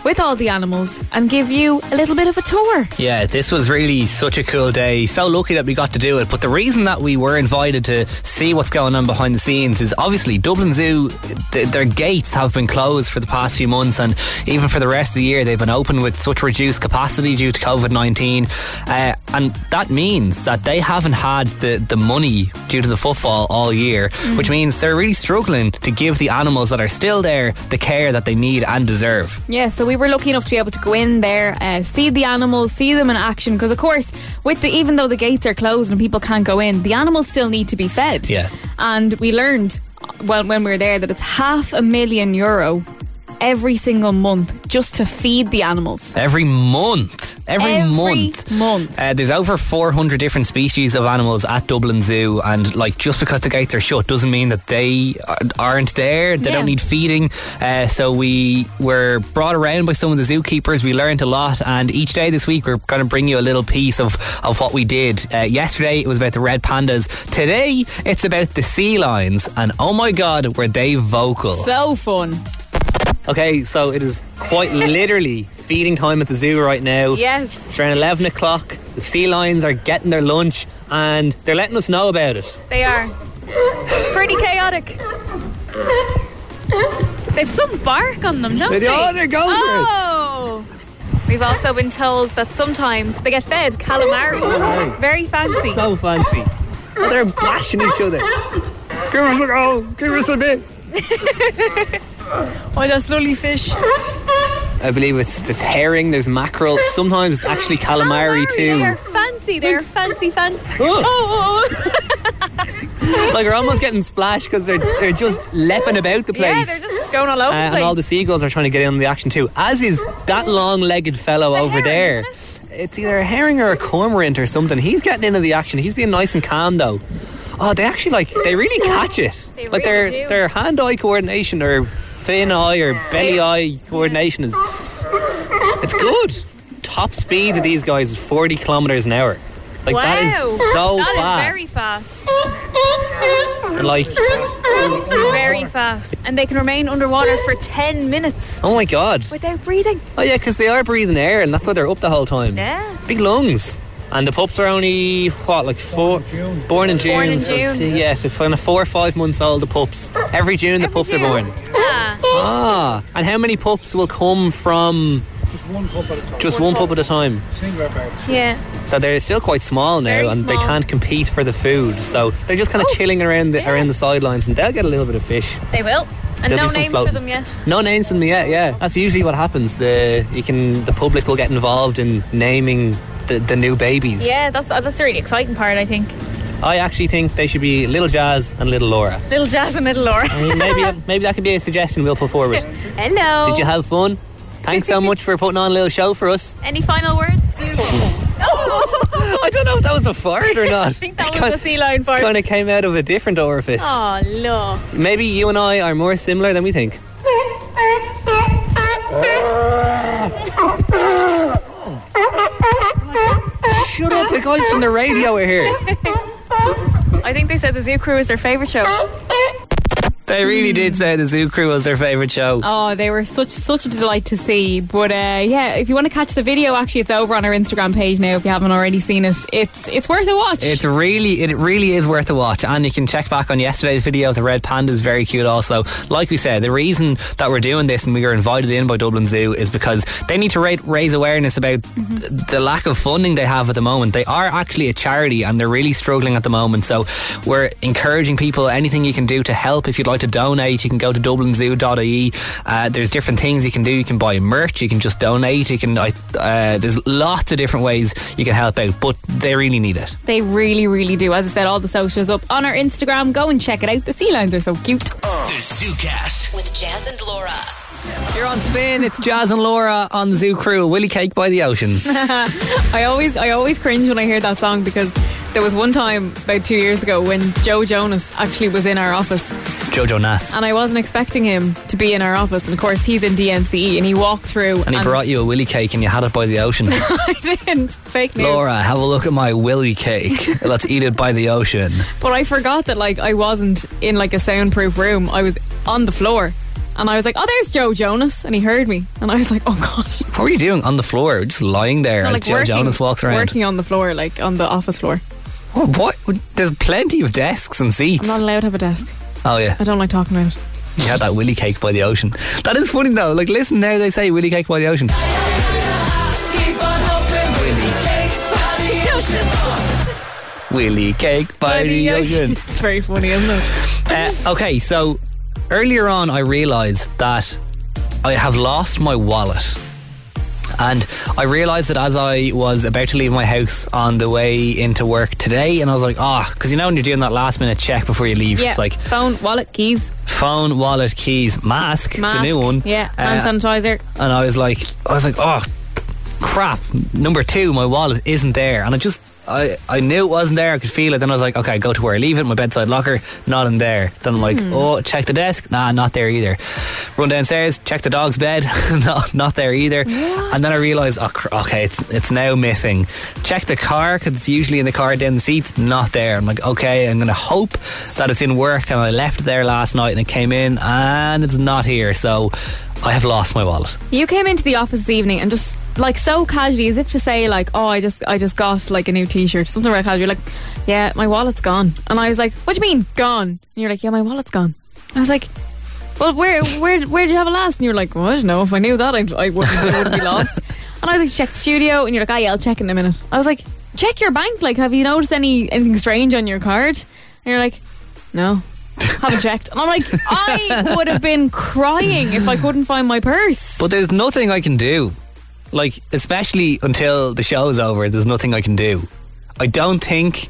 with all the animals and give you a little bit of a tour. Yeah, this was really such a cool day. So lucky that we got to do it. But the reason that we were invited to see what's going on behind the scenes is obviously Dublin Zoo, th- their gates have been closed for the past few months and even for the rest of the year, they've been open with such reduced capacity due to COVID 19. Uh, and that means that they haven't had the, the money due to the footfall all year, which means they're really struggling to give the animals that are still there the care that they need and deserve. Yeah, so we were lucky enough to be able to go in there, uh, see the animals, see them in action. Because of course, with the even though the gates are closed and people can't go in, the animals still need to be fed. Yeah. and we learned uh, well when we were there that it's half a million euro every single month just to feed the animals. Every month. Every, Every month. month. Uh, there's over 400 different species of animals at Dublin Zoo, and like just because the gates are shut doesn't mean that they ar- aren't there. They Yeah. don't need feeding. Uh, so we were brought around by some of the zookeepers. We learned a lot, and each day this week we're going to bring you a little piece of of what we did. Uh, yesterday it was about the red pandas. Today it's about the sea lions, and oh my god, were they vocal! So fun. Okay, so it is quite literally feeding time at the zoo right now. Yes, It's around 11 o'clock. The sea lions are getting their lunch and they're letting us know about it. they are. It's pretty chaotic. They've some bark on them, don't they? oh, they're going for it. oh. We've also been told that sometimes they get fed calamari. Very fancy. So fancy. Oh, they're bashing each other. Give us a go. Give us a bit. Oh, that's lovely fish. I believe it's there's herring, there's mackerel, sometimes it's actually calamari, They are too. fancy. They are fancy, fancy. Oh, Oh, oh, oh. like we're almost getting splashed because they're, they're just leaping about the place. Yeah, they're just going all over the Uh, and place. all the seagulls are trying to get in on the action too. As is that long-legged fellow a over herring, there. isn't It's either a herring or a cormorant or something. He's getting into the action. He's being nice and calm though. Oh, they actually like they really catch it. They like really their do. their hand-eye coordination or fin eye or belly eye coordination is it's good. Top speeds of these guys is 40 kilometers an hour. Like wow. that is so That is fast. very fast. And, like Very fast. And they can remain underwater for 10 minutes oh my god. without breathing. Oh yeah, because they are breathing air, and that's why they're up the whole time. Yeah. Big lungs. And the pups are only what, like four? Born in June. Born in so June. it's- yeah, so kind of four or five months old. The pups. Every June, the pups are born. Ah, Ah, and how many pups will come from just one pup at a time? yeah. So they're still quite small now, Very and they small. Oh, can't compete for the food. So they're just kind of chilling around the around the sidelines, and they'll get a little bit of fish. They will. And There'll be no some names floating. for them yet. No names from me yet. Yeah, that's usually what happens. The you can the public will get involved in naming the, the new babies. Yeah, that's uh, that's a really exciting part, I think. I actually think they should be Little Jazz and Little Laura. Little Jazz and Little Laura. I mean, maybe maybe that could be a suggestion we'll put forward. Hello. Did you have fun? Thanks so much for putting on a little show for us. Any final words? oh, I don't know if that was a fart or not. I think that was the sea lion part. Kind of came out of a different orifice. Oh, look. Maybe you and I are more similar than we think. Shut up, the guys from the radio are here. I think they said the Zoo Crew is their favourite show. They really did say the Zoo Crew was their favourite show. Oh, they were such such a delight to see. But uh, yeah, if you want to catch the video, actually, it's over on our Instagram page now. If you haven't already seen it, it's it's worth a watch. It's really, it really is worth a watch, and you can check back on yesterday's video. of The red panda is very cute. Also, like we said, the reason that we're doing this and we were invited in by Dublin Zoo is because they need to ra- raise awareness about th- the lack of funding they have at the moment. They are actually a charity, and they're really struggling at the moment. So we're encouraging people. Anything you can do to help, if you'd like to donate, you can go to dublinzoo.ie. Uh, there's different things you can do. You can buy merch. You can just donate. You can. I uh, there's lots of different ways you can help out, but they really need it. they really, really do. As I said, all the socials up on our Instagram. Go and check it out. The sea lions are so cute. The ZooCast. With Jazz and Laura. You're on spin. It's Jazz and Laura on the Zoo Crew. Willy Cake by the Ocean. I always I always cringe when I hear that song because there was one time about two years ago when Joe Jonas actually was in our office Jojo Nass. and I wasn't expecting him to be in our office. And of course, he's in DNCE E and he walked through And he brought you a willy cake and you had it by the ocean. I didn't fake news. Laura, have a look at my willy cake. Let's eat it by the ocean. But I forgot that like I wasn't in like a soundproof room. I was on the floor. and I was like, "Oh, there's Joe Jonas," and he heard me, and I was like, "Oh gosh." What were you doing on the floor? Just lying there No, as Joe Jonas walks around. working on the floor, like on the office floor. Oh, what? There's plenty of desks and seats. I'm not allowed to have a desk. Oh yeah, I don't like talking about it. you had that willy cake by the ocean. That is funny though. Like, listen now, they say willy cake by the ocean. Willy cake by the ocean. It's very funny, isn't it? Uh, okay, so earlier on, I realised that I have lost my wallet. And I realised that as I was about to leave my house on the way into work today, and I was like, ah, because you know when you're doing that last minute check before you leave, Yeah. it's like phone, wallet, keys, phone, wallet, keys, mask, mask. the new one. Yeah, Uh, hand sanitizer. and I was like, I was like, oh crap! Number two, my wallet isn't there, and I just. I, I knew it wasn't there. I could feel it. Then I was like, okay, go to where I leave it. My bedside locker, not in there. Then I'm like, oh, check the desk. Nah, not there either. Run downstairs, check the dog's bed. no, not there either. And then I realized, oh, cr- okay, it's it's now missing. Check the car because it's usually in the car down the seats. Not there. I'm like, okay, I'm gonna hope that it's in work. And I left it there last night and it came in and it's not here. So I have lost my wallet. You came into the office this evening and just like so casually, as if to say, like, "Oh, I just, I just got like a new T-shirt, something like that." You're like, "Yeah, my wallet's gone," and I was like, "What do you mean gone?" And you're like, "Yeah, my wallet's gone." I was like, "Well, where, where, where did you have it last?" And you're like, "Well, I don't know. If I knew that, I'd, I wouldn't, I wouldn't be lost." And I was like, "Check the studio," and you're like, "Ah, yeah, I'll check in a minute." I was like, "Check your bank. Like, have you noticed any anything strange on your card?" And you're like, "No." Haven't checked. And I'm like, I would have been crying if I couldn't find my purse. But there's nothing I can do. Like, especially until the show's over, there's nothing I can do. I don't think.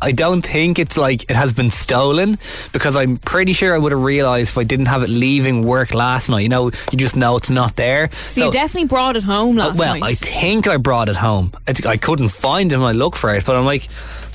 I don't think it's like it has been stolen because I'm pretty sure I would have realised if I didn't have it leaving work last night. You know, you just know it's not there. So, you definitely brought it home Uh, last well, night. I think I brought it home. I, t- I couldn't find it when I looked for it, but I'm like,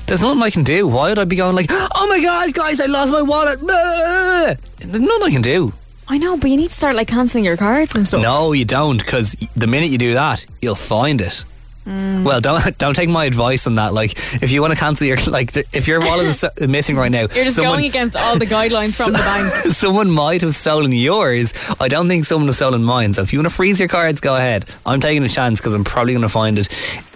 there's nothing I can do. Why would I be going like, oh my god, guys, I lost my wallet? Bah!" There's nothing I can do. I know, but you need to start like cancelling your cards and stuff. No, you don't, because the minute you do that, you'll find it. Mm. Well, don't don't take my advice on that. Like, if you want to cancel your like, th- if your wallet is so- missing right now, You're just going against all the guidelines from the bank. someone might have stolen yours. I don't think someone has stolen mine. So if you want to freeze your cards, go ahead. I'm taking a chance because I'm probably going to find it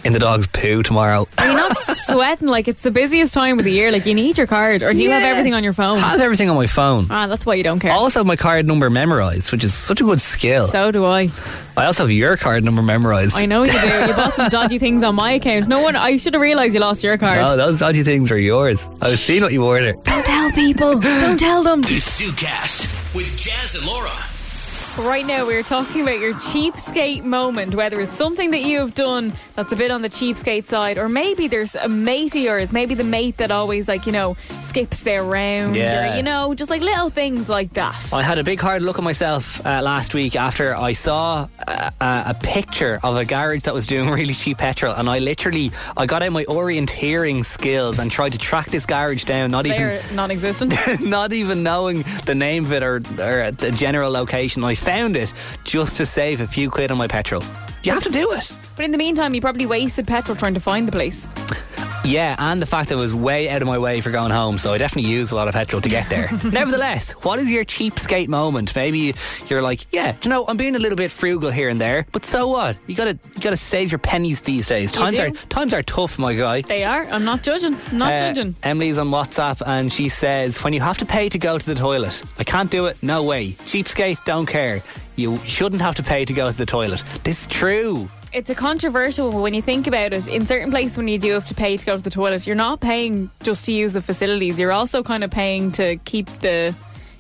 in the dog's poo tomorrow. You're not sweating. Like it's the busiest time of the year. Like you need your card, or do you have Yeah. everything on your phone? I have everything on my phone. Ah, that's why you don't care. I also have my card number memorized, which is such a good skill. so do I. I also have your card number memorized. I know you do. You bought some dodgy things on my account. No one. I should have realised you lost your card. Oh, those dodgy things are yours. I was seeing what you ordered. Don't tell people. Don't tell them. The ZooCast with Jazz and Laura. Right now, we're talking about your cheapskate moment, whether it's something that you have done that's a bit on the cheapskate side, or maybe there's a mate of yours, maybe the mate that always, like, you know, skips their round, Yeah. or, you know, just like little things like that. I had a big hard look at myself uh, last week after I saw a, a, a picture of a garage that was doing really cheap petrol, and I literally I got out my orienteering skills and tried to track this garage down. Not They're non existent. even not even knowing the name of it or, or the general location. I found it just to save a few quid on my petrol. You have to do it. but in the meantime, you probably wasted petrol trying to find the place. Yeah, and the fact that it was way out of my way for going home, so I definitely used a lot of petrol to get there. Nevertheless, what is your cheapskate moment? Maybe you're like, yeah, do you know, I'm being a little bit frugal here and there, but so what? You gotta you gotta save your pennies these days. Times do. are times are tough, my guy. They are. I'm not judging. I'm not Uh, judging. Emily's on WhatsApp and she says, When you have to pay to go to the toilet, I can't do it, no way. Cheapskate, don't care. You shouldn't have to pay to go to the toilet. This is true. It's a controversial one when you think about it. In certain places, when you do have to pay to go to the toilet, you're not paying just to use the facilities. You're also kind of paying to keep the,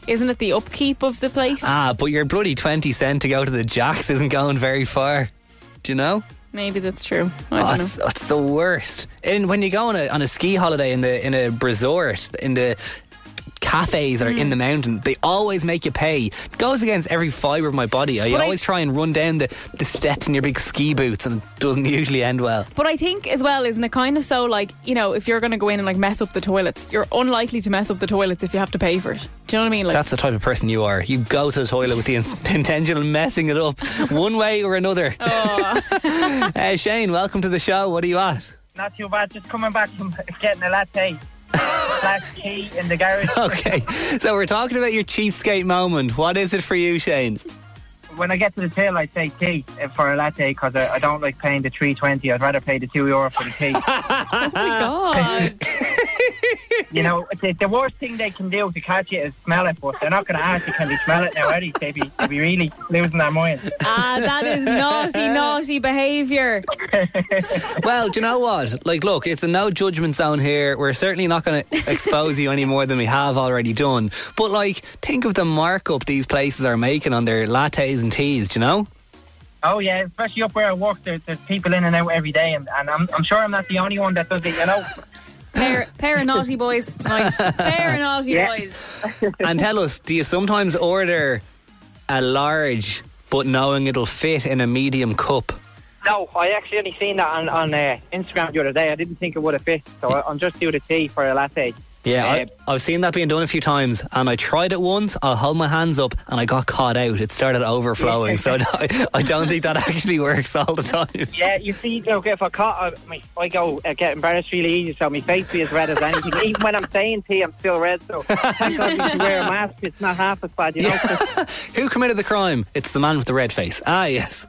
isn't it the upkeep of the place? Ah, but your bloody 20 cent to go to the Jacks isn't going very far. Do you know? Maybe that's true. I Oh, don't know. it's, it's the worst. And when you go on a, on a ski holiday in the in a resort in the cafes that are Hmm. in the mountain, they always make you pay. It goes against every fibre of my body. I But I- always try and run down the, the steps in your big ski boots, and it doesn't usually end well. But I think as well, isn't it kind of so like you know if you're going to go in and like mess up the toilets, you're unlikely to mess up the toilets if you have to pay for it. Do you know what I mean? Like That's the type of person you are. You go to the toilet with the in- intention of messing it up one way or another. Uh, Shane, welcome to the show. What are you at? Not too bad. Just coming back from getting a latte. black key in the garage. Okay, so we're talking about your cheapskate moment. What is it for you, Shane? When I get to the till, I say tea uh, for a latte because I, I don't like paying the three twenty. I'd rather pay the two euro for the tea. oh God. you know, the, the worst thing they can do to catch you is smell it, but they're not going to ask you can they smell it now, are they? They'd be, they'd be really losing their mind. Ah, that is naughty, naughty behaviour. Well, do you know what? Like, look, it's a no judgment zone here. We're certainly not going to expose you any more than we have already done. But, like, think of the markup these places are making on their lattes and teas, do you know? Oh yeah, especially up where I work, there, there's people in and out every day, and, and I'm, I'm sure I'm not the only one that does it. You know, Pair, pair of naughty boys tonight. Pair of naughty Yeah. boys. And tell us, do you sometimes order a large but knowing it'll fit in a medium cup? no, I actually only seen that on, on uh, Instagram the other day. I didn't think it would have fit, so I, I'm just doing a tea for a latte. Yeah, Um, I, I've seen that being done a few times, and I tried it once. I'll hold my hands up, and I got caught out. It started overflowing, so I, I don't think that actually works all the time. Yeah, you see, look, if I caught, I, my, I go uh, get embarrassed really easy, so my face be as red as anything. Even when I'm saying tea, I'm still red. So thank God you wear a mask. It's not half as bad, you know. Who committed the crime? It's the man with the red face. Ah, yes.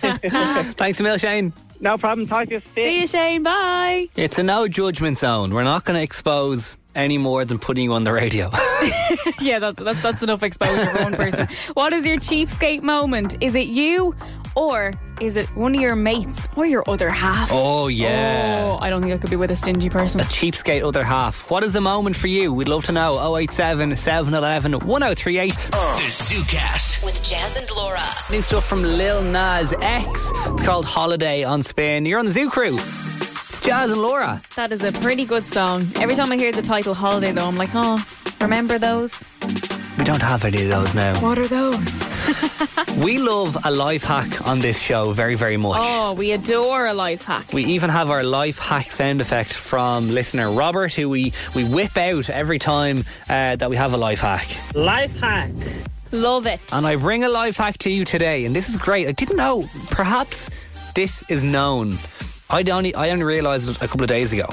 Thanks, Emil Shane. no problem. Talk to you soon. See you, Shane. Bye. It's a no judgment zone. We're not going to expose any more than putting you on the radio. Yeah, that, that's that's enough exposure for one person. What is your cheapskate moment? Is it you, or is it one of your mates or your other half? oh, yeah. Oh, I don't think I could be with a stingy person. A cheapskate other half. What is the moment for you? We'd love to know. Oh, 087 711 1038. The ZooCast. With Jazz and Laura. New stuff from Lil Nas X. It's called Holiday on Spin. You're on the Zoo Crew. It's Jazz and Laura. That is a pretty good song. Every time I hear the title "Holiday," though, I'm like, oh, remember those? We don't have any of those now. What are those? We love a life hack on this show very, very much. Oh, we adore a life hack. We even have our life hack sound effect from listener Robert, who we, we whip out every time uh, that we have a life hack. Life hack. Love it. And I bring a life hack to you today, and this is great. I didn't know. Perhaps this is known. I only I only realised it a couple of days ago.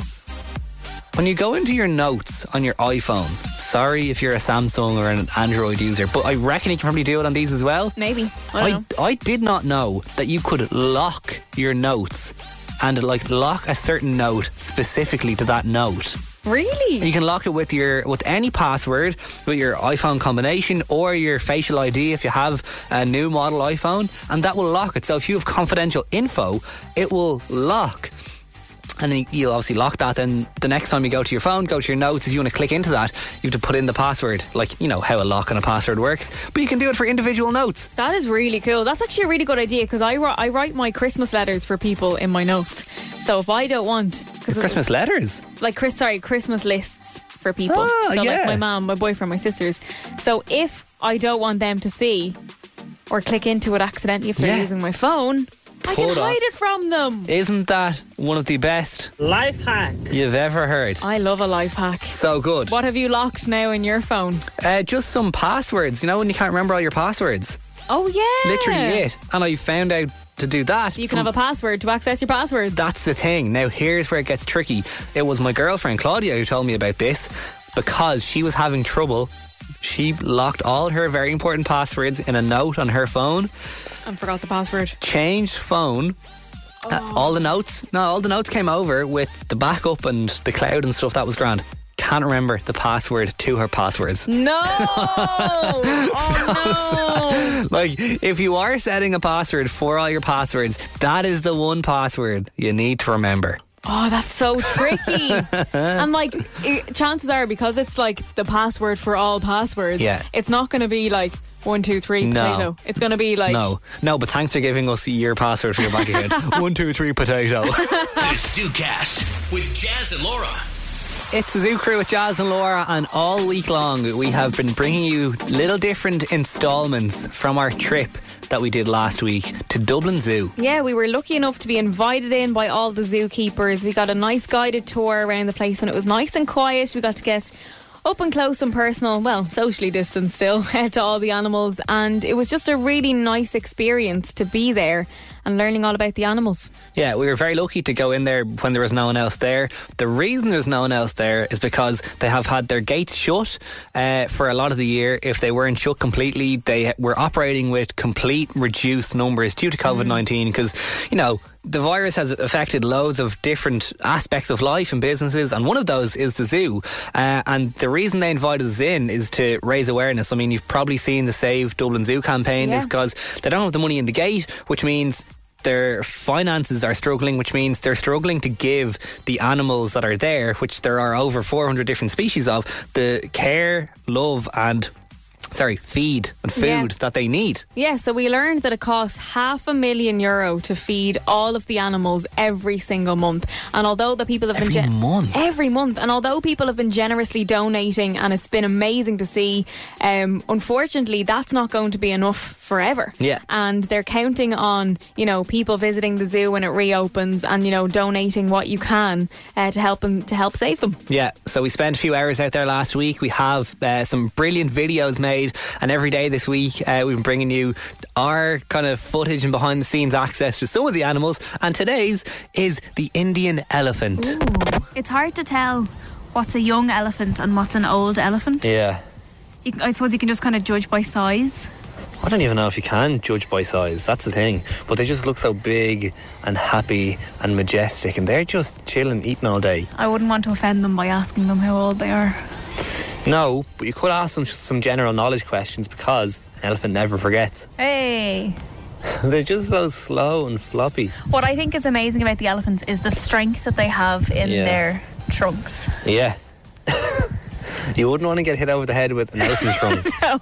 When you go into your notes on your iPhone, sorry if you're a Samsung or an Android user, but I reckon you can probably do it on these as well. Maybe. I I, don't I did not know that you could lock your notes and like lock a certain note specifically to that note. know. Really? You can lock it with your with any password, with your iPhone combination or your facial ID if you have a new model iPhone, and that will lock it. So if you have confidential info, it will lock. And then you'll obviously lock that. Then the next time you go to your phone, go to your notes. If you want to click into that, you have to put in the password, like you know how a lock and a password works. But you can do it for individual notes. That is really cool. That's actually a really good idea because I, wri- I write my Christmas letters for people in my notes. So if I don't want, because Christmas letters. like Chris, sorry, Christmas lists for people. Ah, so yeah. like my mom, my boyfriend, my sisters. So if I don't want them to see or click into it accidentally if they're Yeah. using my phone, I can Hold on. hide it from them. Isn't that one of the best Life hack. you've ever heard? I love a life hack. So good. What have you locked now in your phone? Uh, just some passwords, you know, when you can't remember all your passwords. Oh yeah, literally it. And I found out to do that. You can have from- a password to access your password. That's the thing. Now here's where it gets tricky. It was my girlfriend Claudia who told me about this because she was having trouble. She locked all her very important passwords in a note on her phone, And forgot the password. changed phone. Uh, all the notes, no, all the notes came over with the backup and the cloud and stuff. That was grand. Can't remember the password to her passwords. No. oh no. Like, if you are setting a password for all your passwords, that is the one password you need to remember. Oh, that's so tricky. and like, i chances are because it's like the password for all passwords. Yeah. It's not going to be like one, two, three, No. potato. It's going to be like No, no, but thanks for giving us your password for your bank account. One, two, three, potato. The ZooCast with Jazz and Laura. it's the Zoo Crew with Jazz and Laura, and all week long we have been bringing you little different installments from our trip that we did last week to Dublin Zoo. Yeah, we were lucky enough to be invited in by all the zookeepers. We got a nice guided tour around the place when it was nice and quiet. We got to get up and close and personal, well, socially distanced still, to all the animals. And it was just a really nice experience to be there and learning all about the animals. Yeah, we were very lucky to go in there when there was no one else there. The reason there's no one else there is because they have had their gates shut uh, for a lot of the year. If they weren't shut completely, they were operating with complete reduced numbers due to COVID 19 because, you know, the virus has affected loads of different aspects of life and businesses, and one of those is the zoo. Uh, and the reason they invited us in is to raise awareness. I mean, you've probably seen the Save Dublin Zoo campaign, Yeah. is because they don't have the money in the gate, which means their finances are struggling, which means they're struggling to give the animals that are there, which there are over 400 different species of, the care, love, and sorry, feed and food Yeah. that they need. Yeah, so we learned that it costs half a million euro to feed all of the animals every single month. And although the people have Every been month? every month, and although people have been generously donating, and it's been amazing to see, um, unfortunately, that's not going to be enough forever. Yeah. and they're counting on you know people visiting the zoo when it reopens, and you know donating what you can uh, to help them to help save them. Yeah, so we spent a few hours out there last week. We have uh, some brilliant videos made, and every day this week uh, we've been bringing you our kind of footage and behind the scenes access to some of the animals. And today's is the Indian elephant. It's hard to tell what's a young elephant and what's an old elephant. Yeah. You can, I suppose you can just kind of judge by size. I don't even know if you can judge by size. That's the thing. But they just look so big and happy and majestic, and they're just chilling, eating all day. I wouldn't want to offend them by asking them how old they are. No, but you could ask them some general knowledge questions because an elephant never forgets. Hey. they're just so slow and floppy. What I think is amazing about the elephants is the strength that they have in Yeah. their trunks. Yeah. you wouldn't want to get hit over the head with an elephant trunk.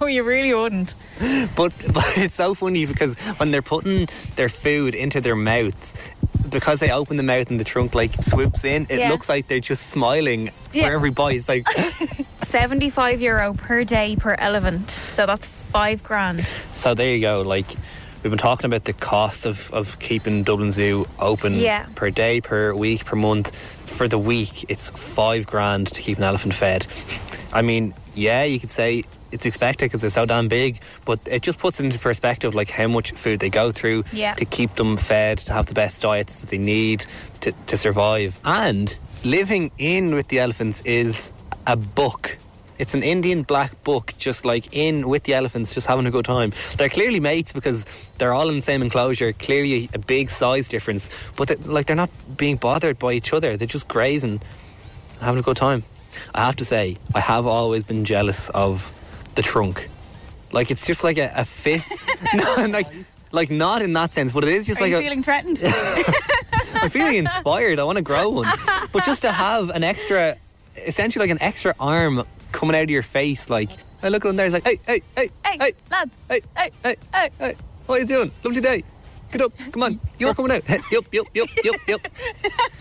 no, you really wouldn't. But, but it's so funny because when they're putting their food into their mouths, because they open the mouth and the trunk like swoops in, it Yeah. looks like they're just smiling Yeah. for every bite. It's like 75 euro per day per elephant. So that's five grand. So there you go. Like we've been talking about the cost of, of keeping Dublin Zoo open Yeah. per day, per week, per month. For the week, it's five grand to keep an elephant fed. I mean, yeah, you could say it's expected because they're so damn big, but it just puts it into perspective like how much food they go through Yeah. to keep them fed, to have the best diets that they need to, to survive. And living in with the elephants is a book. It's an Indian black book, just like in with the elephants, just having a good time. They're clearly mates because they're all in the same enclosure, clearly a, a big size difference, but they, like they're not being bothered by each other. They're just grazing, having a good time. I have to say, I have always been jealous of the trunk. Like it's just like a, a fifth, no, like like not in that sense, but it is just Are like you a, feeling threatened? I'm feeling inspired. I want to grow one, but just to have an extra, essentially like an extra arm coming out of your face, like I look at him there, he's like, hey, hey, hey, hey, hey, lads. hey, Hey, hey, hey. hey, what are you doing? Lovely day. Get up, come on. You're coming out. yup, yup, yup, yup, yup.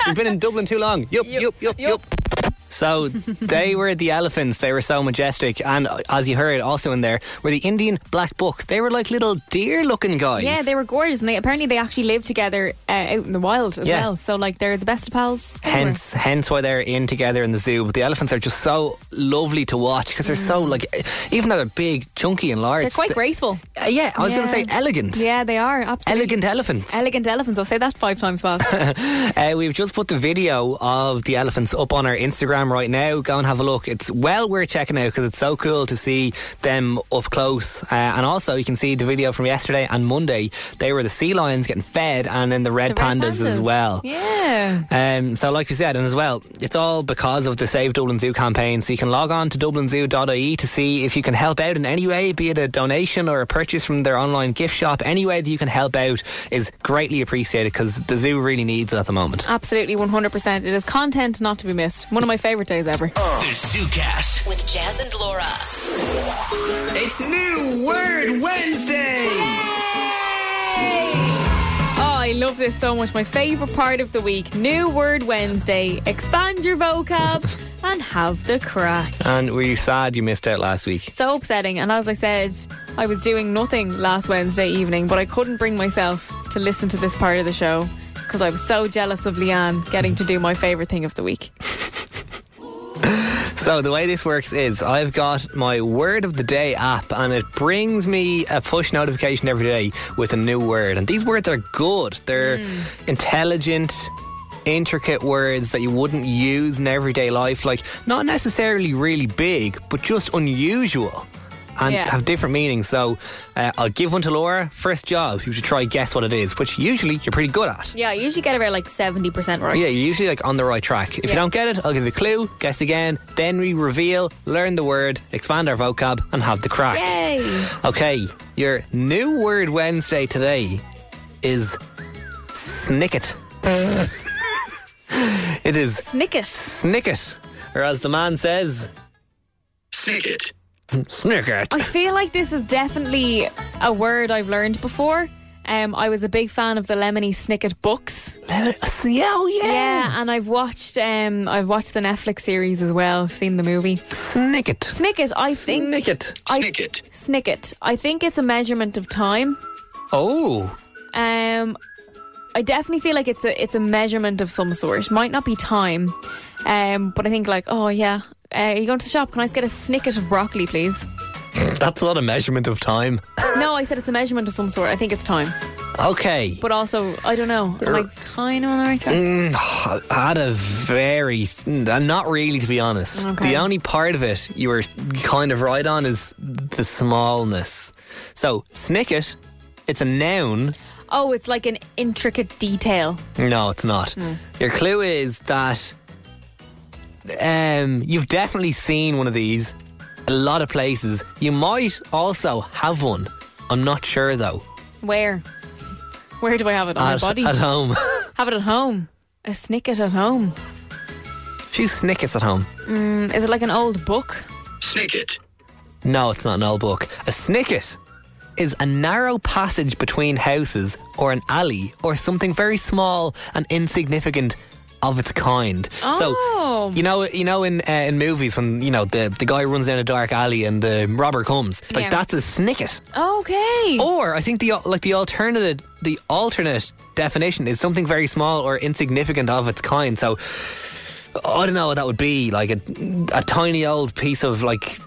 You've been in Dublin too long. Yup, yup, yup, yup. So they were the elephants. They were so majestic, and uh, as you heard, also in there were the Indian black bucks. They were like little deer-looking guys. Yeah, they were gorgeous, and they apparently they actually live together uh, out in the wild as Yeah. well. So like they're the best of pals. ever. Hence, hence why they're in together in the zoo. But the elephants are just so lovely to watch because they're so like, eh, even though they're big, chunky, and large, Mm. They're quite th- graceful. Uh, yeah, I was going to say Yeah. elegant. Yeah, they are. Absolutely. Elegant elephants. Elegant elephants. I'll say that five times fast. Uh, we've just put the video of the elephants up on our Instagram right now. Go and have a look. It's well worth checking out because it's so cool to see them up close. Uh, and also, you can see the video from yesterday and Monday. They were the sea lions getting fed, and then the red, The red pandas, as well. Yeah. Um, so, like we said, and as well, it's all because of the Save Dublin Zoo campaign. So, you can log on to dublinzoo.ie to see if you can help out in any way, be it a donation or a purchase from their online gift shop. Any way that you can help out is greatly appreciated because the zoo really needs it at the moment. Absolutely, 100%. It is content not to be missed. One of my favourite days ever. The ZooCast. With Jazz and Laura. It's New Word Wednesday! Oh, I love this so much. My favourite part of the week New Word Wednesday. Expand your vocab and have the crack. And were you sad you missed out last week? So upsetting. And as I said, I was doing nothing last Wednesday evening, but I couldn't bring myself to listen to this part of the show because I was so jealous of Leanne getting to do my favourite thing of the week. So the way this works is I've got my word of the day app and it brings me a push notification every day with a new word. And these words are good. They're intelligent, intricate words that you wouldn't use in everyday life. Like not necessarily really big, but just unusual. And Yeah. have different meanings. So uh, I'll give one to Laura. First job, you should try guess what it is, which usually you're pretty good at. Yeah, I usually get about like 70% right. Yeah, you're usually like on the right track. If you Yeah. don't get it, I'll give you a clue, guess again, then we reveal, learn the word, expand our vocab, and have the crack. Yay! Okay, your new word Wednesday today is snicket. it is Snicket. snicket, or as the man says, Snicket. snicket. I feel like this is definitely a word I've learned before. Um, I was a big fan of the Lemony Snicket books. Oh yeah. Yeah, and I've watched um, I've watched the Netflix series as well. I've seen the movie. Snicket. Snicket, I think Snicket. I, Snicket. Snicket. I think it's a measurement of time. Oh, Um, I definitely feel like it's a it's a measurement of some sort. Might not be time, um, but I think like oh yeah, uh, are you going to the shop? Can I just get a snicket of broccoli, please? that's not a measurement of time. no, I said it's a measurement of some sort. I think it's time, Okay. but also I don't know. Am I kind of on the right track? Mm, I had a very, not really to be honest. Okay. The only part of it you were kind of right on is the smallness. So, snicket, it's a noun. Oh, it's like an intricate detail. No, it's not. Hmm. Your clue is that um, you've definitely seen one of these a lot of places. You might also have one. I'm not sure though. Where? Where do I have it on at, my body? at home. Have it at home. A snicket at home. a few snickets at home. Mm, is it like an old book? Snicket. No, it's not an old book. A snicket is a narrow passage between houses or an alley or something very small and insignificant of its kind. Oh. So you know, you know, in uh, in movies when you know the the guy runs down a dark alley and the robber comes, like Yeah. that's a snicket. Okay. Or I think the al- like the alternative the alternate definition is something very small or insignificant of its kind. So I don't know what that would be like a, a tiny old piece of like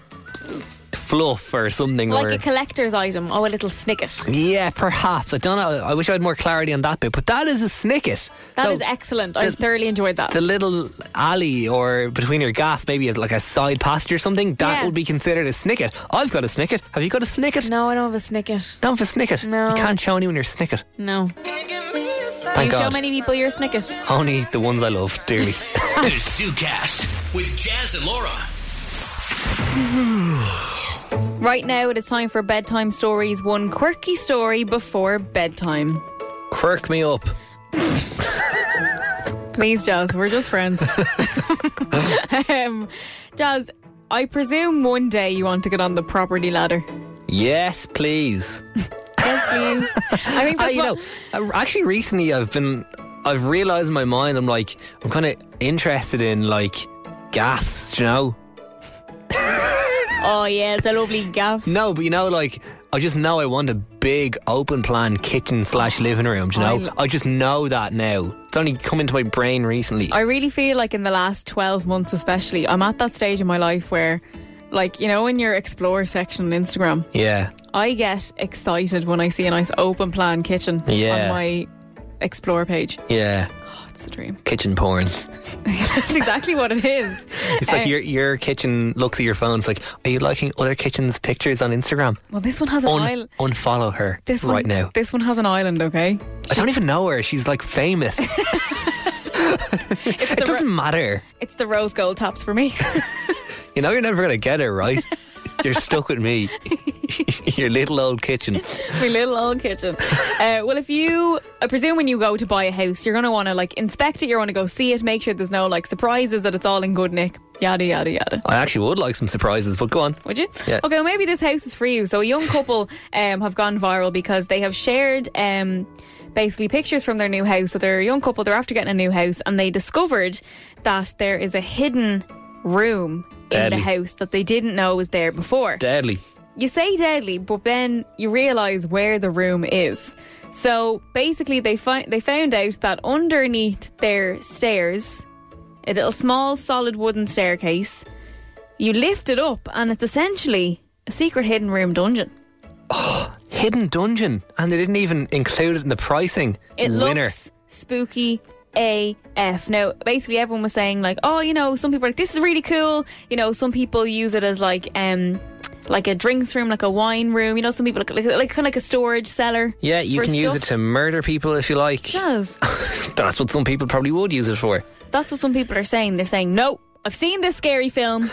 fluff or something Like or a collector's item. Oh, a little snicket. yeah, perhaps. I don't know. I wish I had more clarity on that bit, but that is a snicket. That So is excellent. I thoroughly enjoyed that. the little alley or between your gaff, maybe it's like a side passage or something, that Yeah. would be considered a snicket. I've got a snicket. Have you got a snicket? no, I don't have a snicket. Don't have a snicket. No. You can't show anyone your snicket. No. Do you Thank show God. many people your snicket? Only the ones I love dearly. the ZooCast with Jazz and Laura. Right now, it is time for bedtime stories. One quirky story before bedtime. Quirk me up. Please, Jazz, we're just friends. um, Jazz, I presume one day you want to get on the property ladder. Yes, please. Yes, please. I think I, that's Oh, you what, know, I- actually, recently I've been, I've realised in my mind, I'm like, I'm kind of interested in like gaffs, do you know? Oh yeah, it's a lovely gaff. No, but you know, like, I just know I want a big open plan kitchen slash living room, do you know? I, just know that now. It's only come into my brain recently. I really feel like in the last 12 months, especially, I'm at that stage in my life where, like, you know, in your explore section on Instagram, yeah. I get excited when I see a nice open plan kitchen Yeah. on my explore page. Yeah. It's a dream. Kitchen porn. That's exactly what it is. It's like Uh, your your kitchen looks at your phone. It's like, are you liking other kitchens' pictures on Instagram? Well, this one has an Un- island. unfollow her This one, right now. This one has an island, okay? I don't even know her. She's like famous. it doesn't matter. It's the rose gold tops for me. You know, you're never going to get her, right? You're stuck with me. your little old kitchen. My little old kitchen. Uh, well, if you, I presume when you go to buy a house, you're going to want to like inspect it, you're going to go see it, make sure there's no like surprises, that it's all in good nick, yada, yada, yada. I actually would like some surprises, but go on. Would you? Yeah. Okay, well, maybe this house is for you. So, a young couple um, have gone viral because they have shared um, basically pictures from their new house. So, they're a young couple, they're after getting a new house, and they discovered that there is a hidden room Deadly. in the house that they didn't know was there before. Deadly. You say deadly, but then you realize where the room is. So basically, they find they found out that underneath their stairs, a little small solid wooden staircase, You lift it up, and it's essentially a secret hidden room dungeon. Hidden dungeon, and they didn't even include it in the pricing. It Winner. looks spooky AF. Now, basically, everyone was saying, like, oh, you know, some people are like, this is really cool. You know, some people use it as, like, um, like a drinks room, like a wine room. You know, some people like, like, like kind of like a storage cellar. yeah, you for can use it stuff. to murder people if you like. Yes. That's what some people probably would use it for. That's what some people are saying. They're saying, no, I've seen this scary film.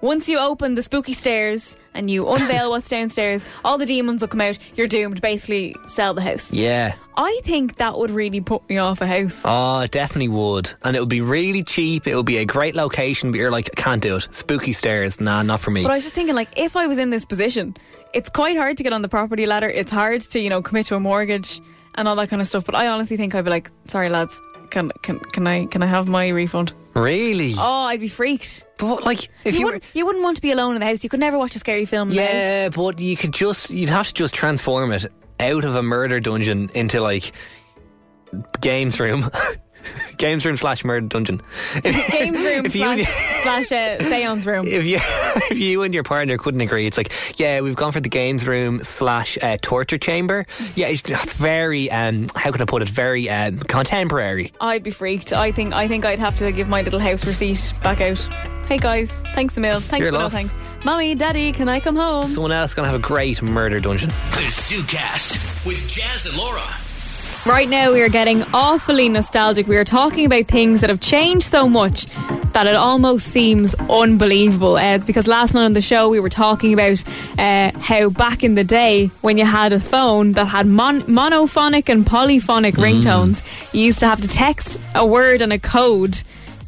Once you open the spooky stairs and you unveil what's downstairs, all the demons will come out. You're doomed. Basically, sell the house. Yeah. I think that would really put me off a house. Oh, it definitely would. And it would be really cheap. It would be a great location, but you're like, I can't do it. Spooky stairs. Nah, not for me. But I was just thinking, like, if I was in this position, it's quite hard to get on the property ladder. It's hard to, you know, commit to a mortgage and all that kind of stuff. But I honestly think I'd be like, sorry, lads, can can can I can I have my refund? really? Oh, I'd be freaked. But what, like, if you, you, were. wouldn't, you wouldn't want to be alone in the house. You could never watch a scary film in the house. Yeah, but you could just. You'd have to just transform it out of a murder dungeon into like. Games room. games room slash murder dungeon. Game room If you- slash, slash uh, seance room. if you if you and your partner couldn't agree, it's like yeah, we've gone for the games room slash uh, torture chamber. Yeah, it's, it's very um, how can I put it? Very um, contemporary. I'd be freaked. I think I think I'd have to give my little house receipt back out. Hey guys, thanks a mil. Thanks Your but no loss. thanks. Mommy, daddy, can I come home? Someone else gonna have a great murder dungeon. The ZooCast with Jazz and Laura. Right now, we are getting awfully nostalgic. We are talking about things that have changed so much that it almost seems unbelievable. Uh, it's because last night on the show, we were talking about uh, how back in the day, when you had a phone that had mon- monophonic and polyphonic ringtones, you used to have to text a word and a code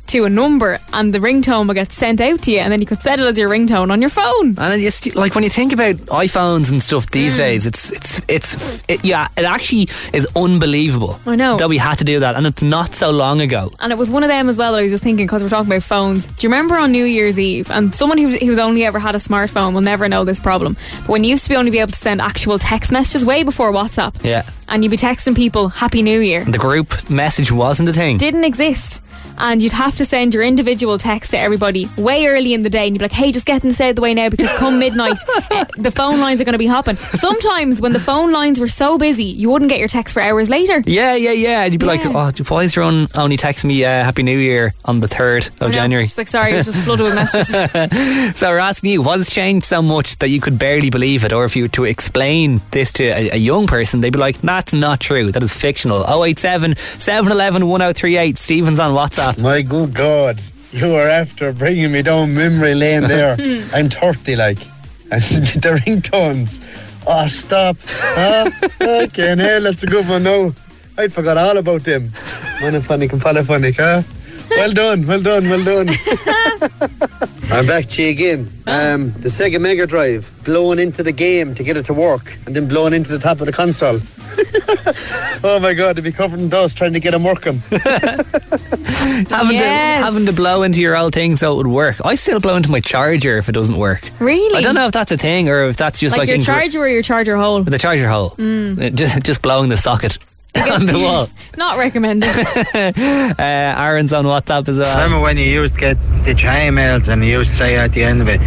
to a number, and the ringtone would get sent out to you, and then you could set it as your ringtone on your phone. And it's like when you think about iPhones and stuff Mm. these days, it's it's it's it, yeah, it actually is unbelievable. I know. that we had to do that, and it's not so long ago. And it was one of them as well that I was just thinking because we're talking about phones. Do you remember on New Year's Eve? And someone who, who's only ever had a smartphone will never know this problem. But when you used to be only be able to send actual text messages way before WhatsApp, Yeah, and you'd be texting people Happy New Year, the group message wasn't a thing. didn't exist. And you'd have to send your individual text to everybody way early in the day, and you'd be like, "Hey, just getting this out of the way now because come midnight, eh, the phone lines are going to be hopping." Sometimes when the phone lines were so busy, you wouldn't get your text for hours later. Yeah, yeah, yeah. And you'd be Yeah. like, oh, why is your own only text me uh, Happy New Year on the 3rd of January? Just like, sorry, it was just flooded with messages. So we're asking you, what has changed so much that you could barely believe it? Or if you were to explain this to a, a young person, they'd be like, that's not true. That is fictional. 087 711 1038. Stephen's on WhatsApp. My good God, you are after bringing me down memory lane there. I'm 30, like, and the ringtones. Oh, stop. Huh? okay, hell, that's a good one now. I forgot all about them. Monophonic and polyphonic, huh? Well done, well done, well done. I'm back to you again. Um, the Sega Mega Drive, blown into the game to get it to work, and then blown into the top of the console. oh my god, to be covered in dust trying to get them working. Having, Yes. to, having to blow into your old thing so it would work. I still blow into my charger if it doesn't work. Really? I don't know if that's a thing or if that's just like, like, your ingra- charger Mm. or your charger hole. the charger hole. Uh, Just, just blowing the socket on the wall. Not recommended. Uh, Aaron's on WhatsApp as well. Remember when you used to get the Gmails and you used to say at the end of it,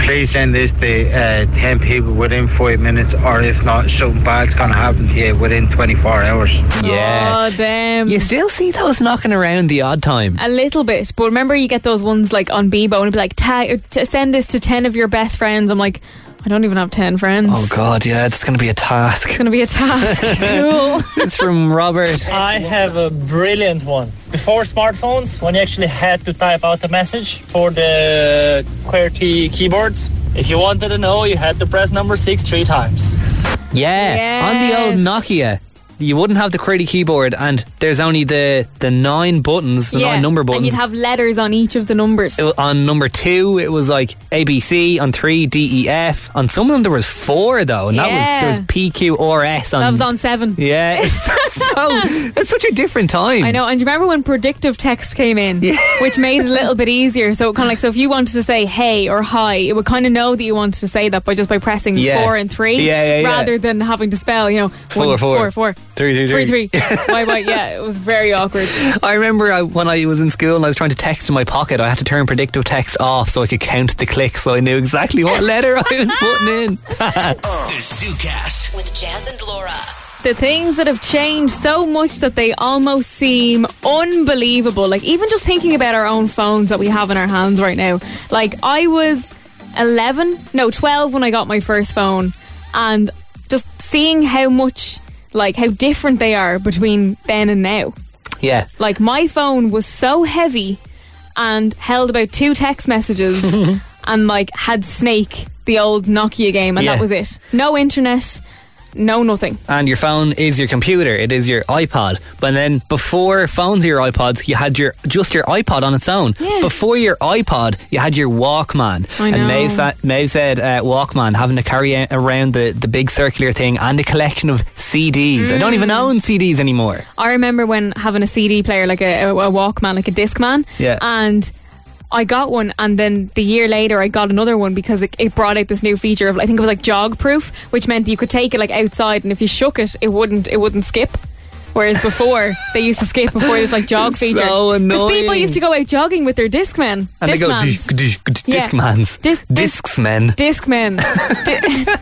please send this to uh, 10 people within five minutes, or if not, something bad's going to happen to you within 24 hours. Yeah. Oh damn. You still see those knocking around the odd time. A little bit, but remember you get those ones like on Bebo and it'd be like, tag, or t- send this to 10 of your best friends. I'm like, I don't even have 10 friends. Oh god, yeah, it's gonna be a It's task. going to be a task. cool. it's from Robert. I have a brilliant one. Before smartphones, when you actually had to type out a message for the QWERTY keyboards, if you wanted to know, you had to press number six three times. Yeah, on the old Nokia, you wouldn't have the QWERTY keyboard, and there's only the the nine buttons, the nine number And buttons. you'd have letters on each of the numbers. It wa- on number two, it was like ABC. On three, D E F. On some of them, there was four though, and that was Yeah. there was P Q R S. On that was on 7. yeah, it's well, it's such a different time. I know. And do you remember when predictive text came in, which made it a little bit easier? So kind of like, so if you wanted to say hey or hi, it would kind of know that you wanted to say that by just by pressing Yeah. four and three, Yeah, yeah, yeah. rather than having to spell, you know, Four, one, four. four, four, Three, three, three, three. three. Why, why? Yeah, it was very awkward. I remember I, when I was in school and I was trying to text in my pocket, I had to turn predictive text off so I could count the clicks so I knew exactly what letter I was putting in. The ZooCast. With Jazz and Laura. The things that have changed so much that they almost seem unbelievable. Like, even just thinking about our own phones that we have in our hands right now. Like, I was 11, no, 12 when I got my first phone, and just seeing how much, like, how different they are between then and now. yeah. Like, my phone was so heavy and held about two text messages and, like, had Snake, the old Nokia game, and Yeah. that was it. No internet, no nothing. And your phone is your computer, it is your iPod. But then before phones or your iPods, you had your just your iPod on its own. Yeah. Before your iPod, you had your Walkman. I know. And Maeve, sa- Maeve said uh, Walkman, having to carry a- around the, the big circular thing and a collection of CDs. I don't even Mm. own CDs anymore. I remember when having a CD player, like a, a, a Walkman, like a Discman. Yeah. And I got one, and then the year later, I got another one because it, it brought out this new feature of, I think it was like jog proof, which meant that you could take it like outside, and if you shook it, it wouldn't, it wouldn't skip. Whereas before they used to skip before this like jog So feature. Because people annoying. used to go out jogging with their Discman. And they go, Discmans. disc, disc, disc, Yeah. discmans. Dis- dis- discs, men. Discmen.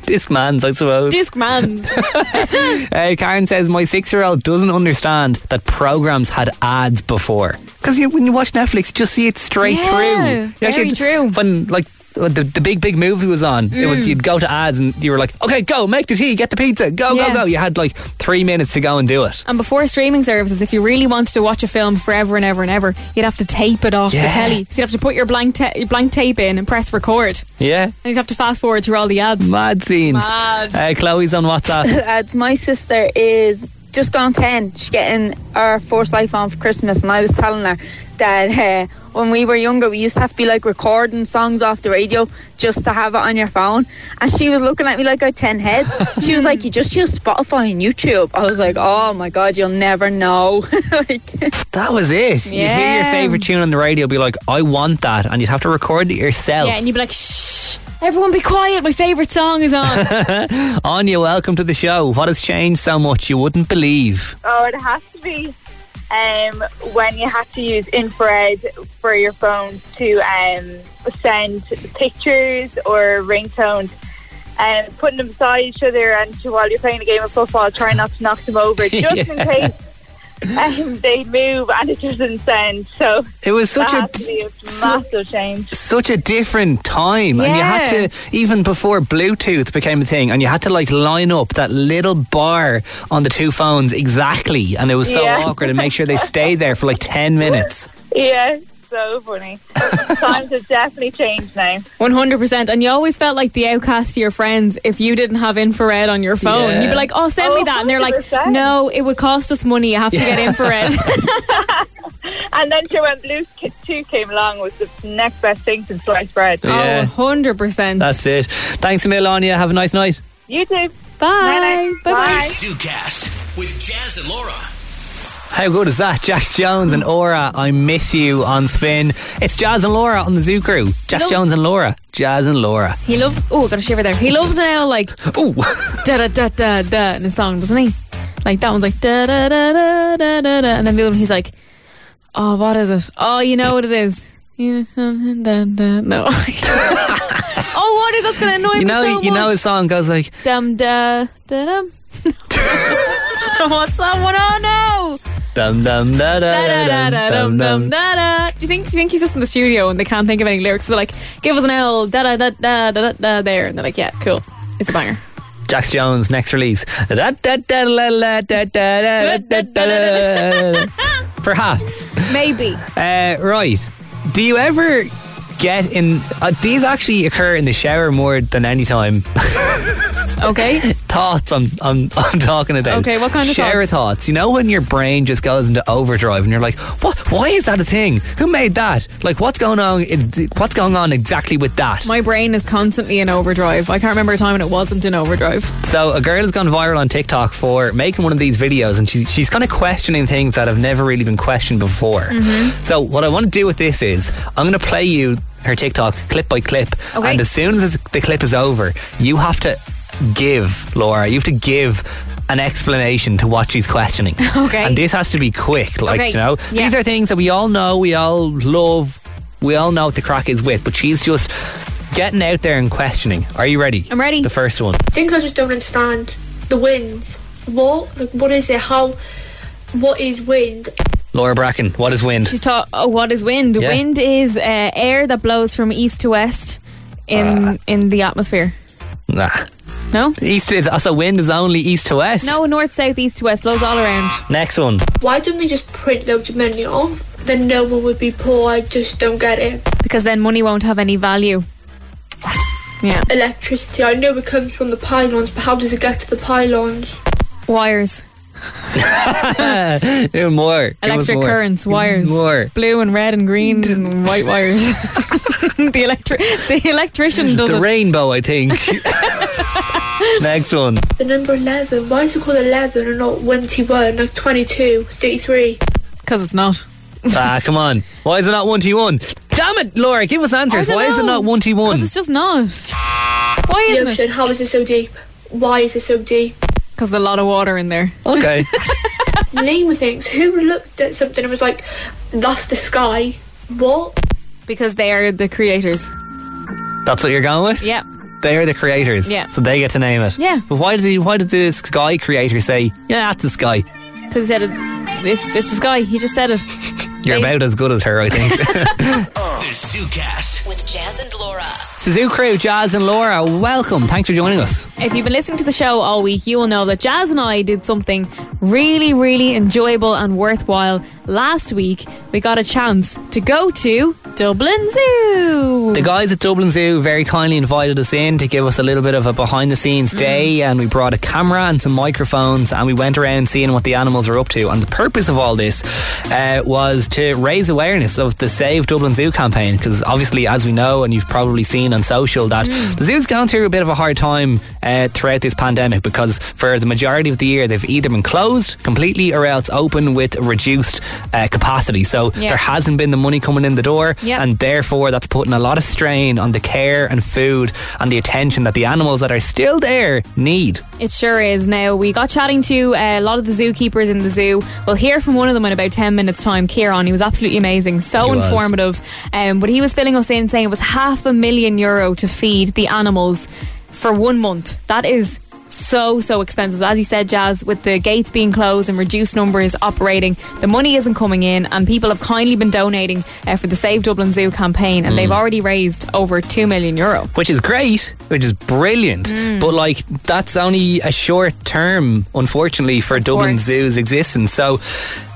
Discmans, I suppose. Discmans. uh, Karen says, My six year old doesn't understand that programs had ads before. Because you, when you watch Netflix, you just see it straight Yeah, through. You very true. When, like, when the, the big, big movie was on, it was Mm. you'd go to ads and you were like, okay, go, make the tea, get the pizza, go, Yeah. go, go. You had like three minutes to go and do it. And before streaming services, if you really wanted to watch a film forever and ever and ever, you'd have to tape it off the Yeah. telly. So you'd have to put your blank ta- your blank tape in and press record, Yeah. and you'd have to fast forward through all the ads. Mad scenes. Mad. Uh, Chloe's on WhatsApp. Ads. My sister is just gone 10. She's getting her first iPhone for Christmas, and I was telling her that uh, when we were younger, we used to have to be like recording songs off the radio just to have it on your phone. And she was looking at me like I had 10 heads. She was like, You just use Spotify and YouTube. I was like, Oh my God, you'll never know. That was it. You'd hear your Yeah. favourite tune on the radio, be like, I want that. And you'd have to record it yourself. Yeah, and you'd be like, "Shh, everyone, be quiet. My favorite song is on." Anya, welcome to the show. What has changed so much you wouldn't believe? Oh, it has to be um, when you had to use infrared for your phone to um, send pictures or ringtones. And putting them beside each other and to, while you're playing a game of football, trying not to knock them over just Yeah. in case um, they move and it doesn't send. So It was such that a- has to be a massive change. Such a different time, and you Yeah. had to even before Bluetooth became a thing, and you had to like line up that little bar on the two phones exactly, and it was so Yeah. awkward, and make sure they stayed there for like ten minutes. Yeah, so funny. Times have definitely changed now. One hundred percent. And you always felt like the outcast to your friends if you didn't have infrared on your phone. Yeah. You'd be like, "Oh, send me that," and they're like, "No, it would cost us money. You have to get infrared." And then sure, when Bluetooth came along, was the next best thing since sliced bread. Yeah. Oh, 100%. That's it. Thanks, Emil, Anya. Have a nice night. You too. Bye. Bye. The Bye. ZooCast with Jazz and Laura. How good is that? Jax Jones and Aura, I miss you on spin. It's Jazz and Laura on the Zoo Crew. Jax Hello. Jones and Laura. Jazz and Laura. He loves. Oh, got a shiver there. He loves now like. Ooh. Da da da da da in the song, doesn't he? Like that one's like da da da da da da da, and then the other one he's like, oh, what is it? Oh, you know what it is. Oh, You know, da, da. No. oh, what is that's gonna annoy You me know, so you know, much. his song goes like, Dum da da dum. What's that one? Oh no! dum dum da da da Da, da, dum dum, dum. dum, da, da. Do you think? Do you think he's just in the studio and they can't think of any lyrics? So they're like, give us an L, da da da da da da, da there, and they're like, yeah, cool, it's a banger. Jax Jones next release. Da, da, da, la, la, da, da, da, da, da, da, da. Perhaps. Maybe. Uh, right. Do you ever get in? Uh, these actually occur in the shower more than any time. Okay. thoughts I'm, I'm, I'm talking about. Okay, what kind of Share thoughts? thoughts. You know when your brain just goes into overdrive and you're like, what? Why is that a thing? Who made that? Like, what's going on? What's going on exactly with that? My brain is constantly in overdrive. I can't remember a time when it wasn't in overdrive. So a girl has gone viral on TikTok for making one of these videos, and she, she's kind of questioning things that have never really been questioned before. Mhm. So what I want to do with this is I'm going to play you her TikTok clip by clip, Okay. and as soon as the clip is over, you have to give Laura. You have to give an explanation to what she's questioning. Okay. And this has to be quick, like Okay. you know, Yeah. these are things that we all know, we all love, we all know what the crack is with, but she's just. Getting out there and questioning. Are you ready? I'm ready. The first one. Things I just don't understand. The winds. What? Like, what is it? How? What is wind? Laura Bracken, what is wind? She's taught oh, what is wind. Yeah. Wind is uh, air that blows from east to west in Ah. in the atmosphere. Nah. No? East is also wind is only east to west. No, north, south, east to west blows all around. Next one. Why don't they just print loads of money off? Then no one would be poor. I just don't get it. Because then money won't have any value. Yeah. Electricity. I know it comes from the pylons, but how does it get to the pylons? Wires. Even more. Give us Electric more. currents, Give wires, More. blue and red and green and white wires. the electric, the electrician does the it. rainbow, I think. Next one. The number 11. Why is it called 11 and not 21, like 22, 33? Because it's not. Ah, come on. Why is it not one to one? Damn it, Laura, give us answers. don't Why is it know. not one to one? It's just not. Why isn't it? How is it so deep? Why is it so deep? Because there's a lot of water in there. Okay. Name of things. Who looked at something and was like, that's the sky? What? Because they are the creators. That's what you're going with? Yeah. They are the creators. Yeah. So they get to name it. Yeah. But why did the why did the sky creator say, Yeah, that's the sky? Because he said it. It's, it's the sky. He just said it. You're about as good as her, I think. The ZooCast. With Jazz and Laura. Suzuki Crew, Jazz and Laura, welcome. Thanks for joining us. If you've been listening to the show all week, you will know that Jazz and I did something really, really enjoyable and worthwhile last week. We got a chance to go to Dublin Zoo. The guys at Dublin Zoo very kindly invited us in to give us a little bit of a behind the scenes day, and we brought a camera and some microphones, and we went around seeing what the animals are up to. And the purpose of all this uh, was to raise awareness of the Save Dublin Zoo campaign, because obviously, as we know, and you've probably seen on social, that the zoo's gone through a bit of a hard time uh, throughout this pandemic because for the majority of the year, they've either been closed completely or else open with reduced uh, capacity. So Yeah. there hasn't been the money coming in the door, Yep. and therefore that's putting a lot of strain on the care and food and the attention that the animals that are still there need. It sure is. Now, we got chatting to uh, a lot of the zookeepers in the zoo. We'll hear from one of them in about 10 minutes' time, Kieran. He was absolutely amazing, so He was. informative. Um, but he was filling us in saying it was half a million euro to feed the animals for one month. That is so, so expensive. As you said, Jazz, with the gates being closed and reduced numbers operating, the money isn't coming in, and people have kindly been donating uh, for the Save Dublin Zoo campaign, and Mm. they've already raised over 2 million euro. Which is great, which is brilliant, Mm. but like that's only a short term, unfortunately, for Dublin course. Zoo's existence. So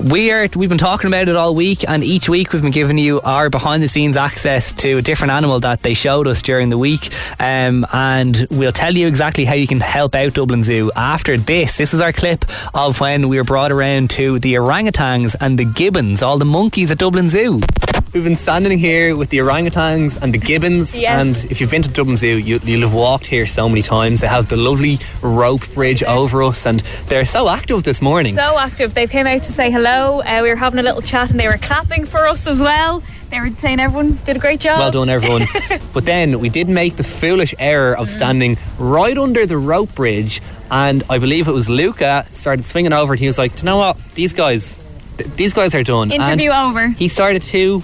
we are we've been talking about it all week, and each week we've been giving you our behind the scenes access to a different animal that they showed us during the week, um, and we'll tell you exactly how you can help out Dublin Zoo after this. This is our clip of when we were brought around to the orangutans and the gibbons, all the monkeys at Dublin Zoo. We've been standing here with the orangutans and the gibbons, Yes. and if you've been to Dublin Zoo, you, you'll have walked here so many times. They have the lovely rope bridge over us, and they're so active this morning. So active. They came out to say hello. Uh, we were having a little chat and they were clapping for us as well. They were saying everyone did a great job. Well done, everyone. but then we did make the foolish error Mm. of standing right under the rope bridge, and I believe it was Luca started swinging over, and he was like, "Do you know what? These guys, th- these guys are done." Interview and over. He started to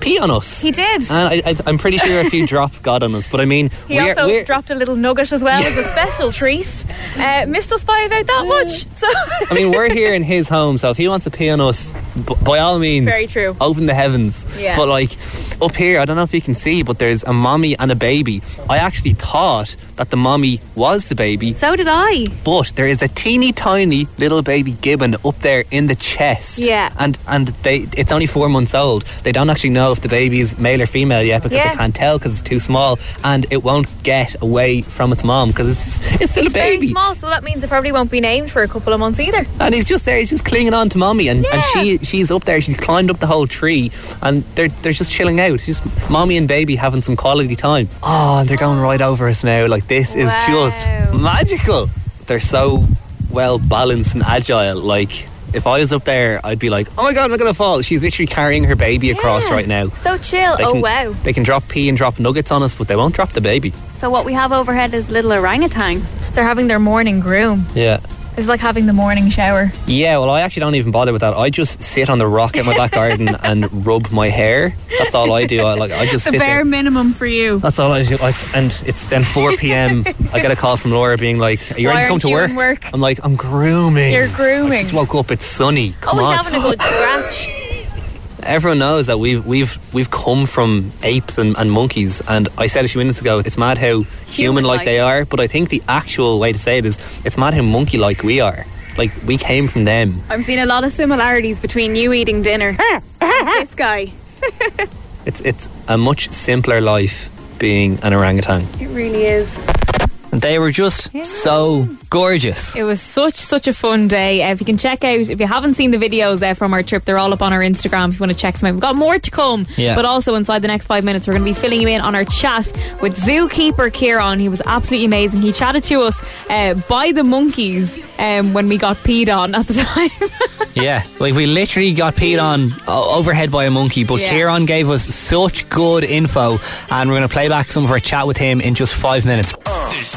pee on us. He did. And I, I, I'm pretty sure a few drops got on us, but I mean, He we're, also we're, dropped a little nugget as well as a special treat. Uh, missed us by about that much. So I mean, we're here in his home, so if he wants to pee on us, b- by all means, Very true. Open the heavens. Yeah. But like up here, I don't know if you can see, but there's a mommy and a baby. I actually thought that the mommy was the baby. So did I. But there is a teeny tiny little baby gibbon up there in the chest. Yeah. And and they it's only four months old. They don't actually know know if the baby's male or female yet because Yeah. they can't tell because it's too small and it won't get away from its mom because it's just, it's still a very baby. small, so that means it probably won't be named for a couple of months either. And he's just there. He's just clinging on to mommy, and, and Yeah. she she's up there. She's climbed up the whole tree, and they're they're just chilling out. It's just mommy and baby having some quality time. Oh, and they're going right over us now. Like this is just magical. They're so well balanced and agile. Like if I was up there, I'd be like, oh my god, I'm gonna fall. She's literally carrying her baby across right now. So chill. They oh can- wow. They can drop pea and drop nuggets on us, but they won't drop the baby. So what we have overhead is little orangutan. They're having their morning groom. Yeah. It's like having the morning shower. Yeah, well, I actually don't even bother with that. I just sit on the rock in my back garden and rub my hair. That's all I do. I like I just the sit bare there. Oh, minimum for you. That's all I do. Like, and it's then 4 p.m. I get a call from Laura being like, "Are you ready Why to come aren't to you work? in work? I'm like, "I'm grooming." You're grooming. Oh, I just woke up. It's sunny. Come Always on. having a good scratch. Everyone knows that we've we've we've come from apes and, and monkeys, and I said a few minutes ago, it's mad how human-like Human-like. they are. But I think the actual way to say it is, it's mad how monkey-like we are. Like we came from them. I'm seeing a lot of similarities between you eating dinner and this guy. It's it's a much simpler life being an orangutan. It really is. And they were just so gorgeous. It was such such a fun day. Uh, if you can check out, if you haven't seen the videos uh, from our trip, they're all up on our Instagram. If you want to check them out, we've got more to come. Yeah. But also inside the next five minutes, we're going to be filling you in on our chat with zookeeper Kieran. He was absolutely amazing. He chatted to us uh, by the monkeys um, when we got peed on at the time. Yeah, like we literally got peed on o- overhead by a monkey, but Yeah. Kieran gave us such good info, and we're going to play back some of our chat with him in just five minutes.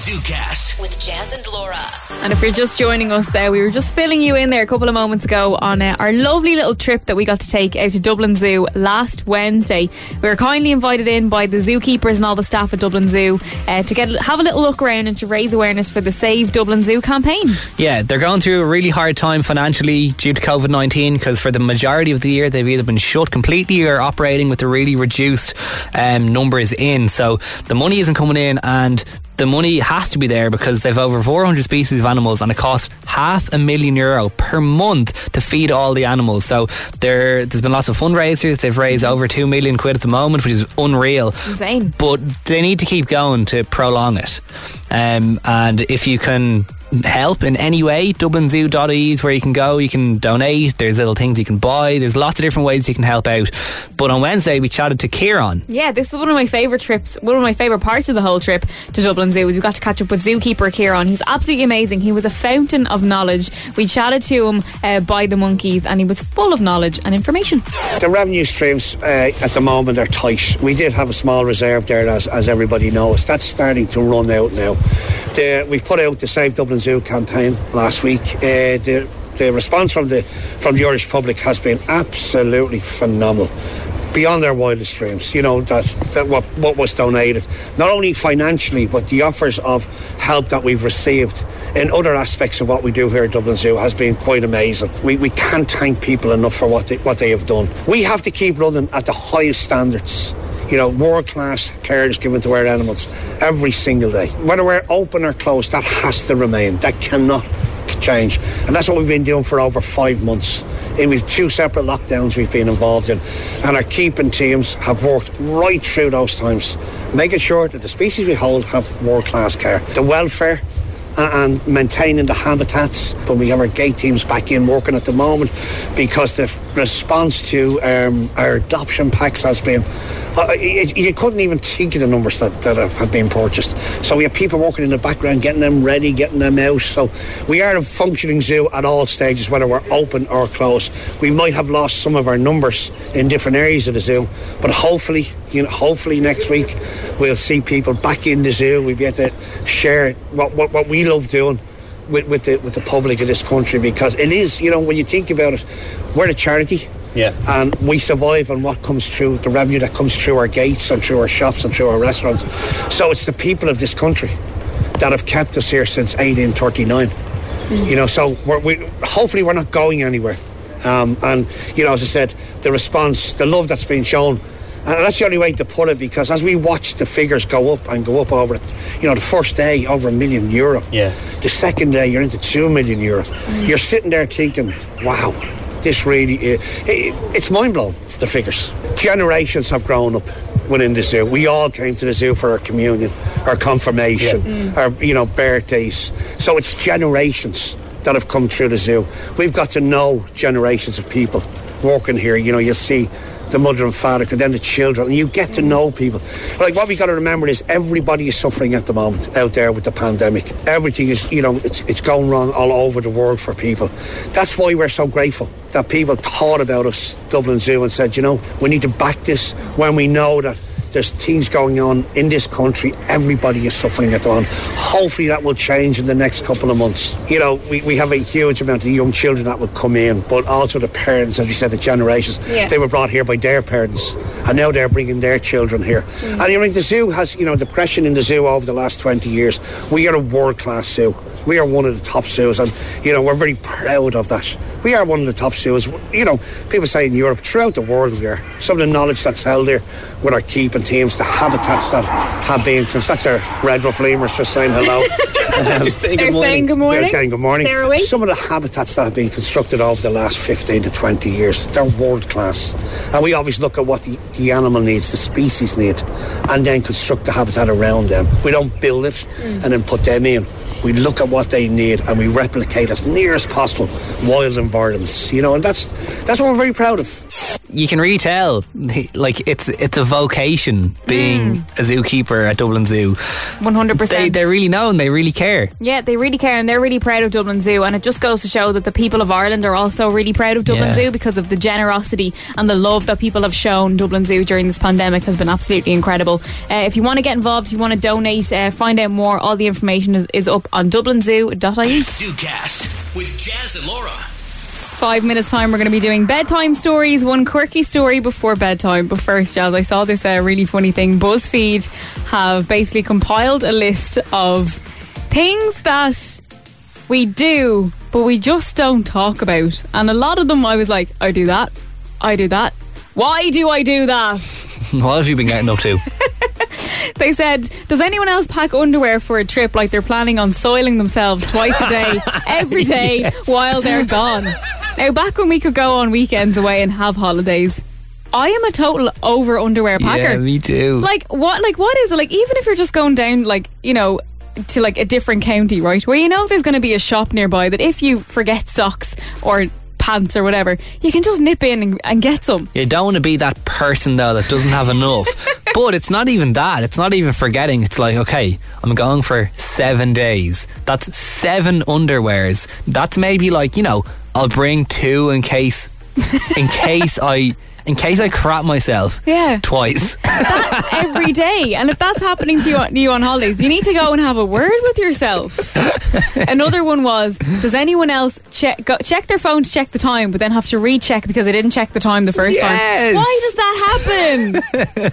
The ZooCast. With Jazz and Laura. And if you're just joining us, uh, we were just filling you in there a couple of moments ago on uh, our lovely little trip that we got to take out to Dublin Zoo last Wednesday. We were kindly invited in by the zookeepers and all the staff at Dublin Zoo uh, to get have a little look around and to raise awareness for the Save Dublin Zoo campaign. Yeah, they're going through a really hard time financially due to COVID 19 because for the majority of the year they've either been shut completely or operating with the really reduced um, numbers in. So the money isn't coming in and the money has to be there because they've over 400 species of animals and it costs half a million euro per month to feed all the animals. So there, there's been lots of fundraisers. They've raised over 2 million quid at the moment, which is unreal. Insane. But they need to keep going to prolong it. Um, and if you can help in any way, dublinzoo.ie is where you can go. You can donate. There's little things you can buy. There's lots of different ways you can help out. But on Wednesday, we chatted to Kieran. Yeah, this is one of my favourite trips, one of my favourite parts of the whole trip to Dublin Zoo is we got to catch up with zookeeper Kieran. He's absolutely amazing. He was a fountain of knowledge. We chatted to him uh, by the monkeys and he was full of knowledge and information. The revenue streams uh, at the moment are tight. We did have a small reserve there, as, as everybody knows. That's starting to run out now. The, we put out the Save Dublin Zoo campaign last week. Uh, the, the response from the from the Irish public has been absolutely phenomenal. Beyond their wildest dreams, you know that, that what, what was donated, not only financially, but the offers of help that we've received in other aspects of what we do here at Dublin Zoo has been quite amazing. We, we can't thank people enough for what they, what they have done. We have to keep running at the highest standards. You know, world class care is given to our animals every single day. Whether we're open or closed, that has to remain. That cannot change. And that's what we've been doing for over five months. And we've two separate lockdowns we've been involved in. And our keeping teams have worked right through those times, making sure that the species we hold have world class care. The welfare and and maintaining the habitats. But we have our gate teams back in working at the moment because the response to um, our adoption packs has been. Uh, you, you couldn't even think of the numbers that, that have have been purchased. So we have people working in the background, getting them ready, getting them out. So we are a functioning zoo at all stages, whether we're open or closed. We might have lost some of our numbers in different areas of the zoo, but hopefully, you know, hopefully next week we'll see people back in the zoo. We'll be able to share what, what, what we love doing with, with the with the public of this country because it is, you know, when you think about it, we're a charity. Yeah. And we survive on what comes through the revenue that comes through our gates and through our shops and through our restaurants. So it's the people of this country that have kept us here since 1839. You know, so we're, we hopefully we're not going anywhere. Um, and you know, as I said, the response, the love that's been shown, and that's the only way to put it because as we watch the figures go up and go up over, it, you know, the first day over a million euro. Yeah. The second day you're into two million euro. You're sitting there thinking, wow, this really is, it, it's mind blowing, the figures. Generations have grown up within the zoo. We all came to the zoo for our communion, our confirmation, our you know birthdays. So it's generations that have come through the zoo. We've got to know generations of people working here. You know, you see the mother and father, and then the children, and you get to know people. Like what we got to remember is everybody is suffering at the moment out there with the pandemic. Everything is, you know, it's it's going wrong all over the world for people. That's why we're so grateful that people thought about us, Dublin Zoo, and said, you know, we need to back this when we know that. There's things going on in this country. Everybody is suffering at the moment. Hopefully, that will change in the next couple of months. You know, we, we have a huge amount of young children that will come in, but also the parents, as you said, the generations. Yeah. They were brought here by their parents, and now they're bringing their children here. Mm. And you know, the zoo has, you know, the pressure in the zoo over the last 20 years. We are a world class zoo. We are one of the top zoos, and you know, we're very proud of that. We are one of the top zoos. You know, people say in Europe, throughout the world, we are. Some of the knowledge that's held there with our keeping teams, the habitats that have been, because that's our red ruff lemurs just saying hello. Um, saying They're good morning. saying good morning. They're saying good morning. They're awake. Some of the habitats that have been constructed over the last 15 to 20 years, they're world class. And we always look at what the, the animal needs, the species need, and then construct the habitat around them. We don't build it Mm. and then put them in. We look at what they need and we replicate as near as possible wild environments, you know, and that's that's what we're very proud of. you can really tell like it's it's a vocation being Hmm. a zookeeper at Dublin Zoo. One hundred They they really know and they really care. Yeah, they really care and they're really proud of Dublin Zoo. And it just goes to show that the people of Ireland are also really proud of Dublin Yeah. Zoo because of the generosity and the love that people have shown Dublin Zoo during this pandemic has been absolutely incredible. Uh, if you want to get involved, if you want to donate, uh, find out more, all the information is, is up on dublinzoo.ie. ZooCast with Jazz and Laura. Five minutes time, we're going to be doing bedtime stories, one quirky story before bedtime. But first, Jazz, I saw this uh, really funny thing. BuzzFeed have basically compiled a list of things that we do, but we just don't talk about. And a lot of them, I was like, I do that, I do that. Why do I do that? what have you been getting up to? They said, Does anyone else pack underwear for a trip like they're planning on soiling themselves twice a day, every day, while they're gone? Now, back when we could go on weekends away and have holidays, I am a total over underwear packer. Yeah, me too. Like what? Like what is it? Like even if you're just going down, like you know, to like a different county, right, where you know there's going to be a shop nearby that if you forget socks or pants or whatever, you can just nip in and, and get some. You don't want to be that person though that doesn't have enough. but it's not even that. It's not even forgetting. It's like, okay, I'm going for seven days. That's seven underwears. That's maybe like, you know, I'll bring two in case in case I in case I crap myself. Yeah. Twice. that every day. And if that's happening to you, you on holidays, you need to go and have a word with yourself. Another one was: Does anyone else check go, check their phone to check the time, but then have to recheck because they didn't check the time the first Yes. time? Why does that happen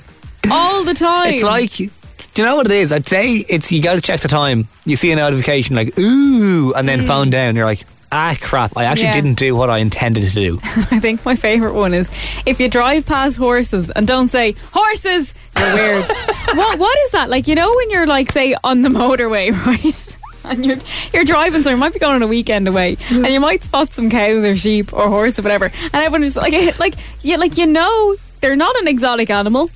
all the time? It's like, do you know what it is? I'd say it's you go to check the time, you see a notification like, ooh, and then Mm. phone down. You're like, ah, crap, I actually Yeah. didn't do what I intended to do. I think my favorite one is if you drive past horses and don't say horses, you're weird. what what is that? Like you know when you're like say on the motorway, right? And you're you're driving, so you might be going on a weekend away, and you might spot some cows or sheep or horse or whatever, and everyone's just like like you like you know they're not an exotic animal,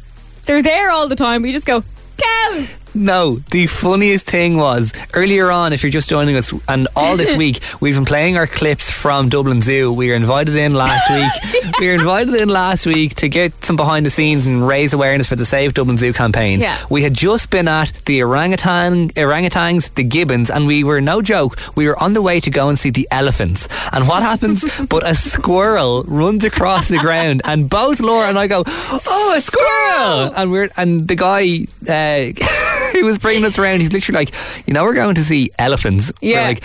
they're there all the time. But you just go cows. No, the funniest thing was earlier on, if you're just joining us, and all this week, we've been playing our clips from Dublin Zoo. We were invited in last week. We were invited in last week to get some behind the scenes and raise awareness for the Save Dublin Zoo campaign. Yeah. We had just been at the orangutan, orangutans, the gibbons, and we were, no joke, we were on the way to go and see the elephants. And what happens? but a squirrel runs across the ground, and both Laura and I go, Oh, a squirrel! And we're, and the guy, uh, he was bringing us around, he's literally like, You know, we're going to see elephants. We're Yeah. like,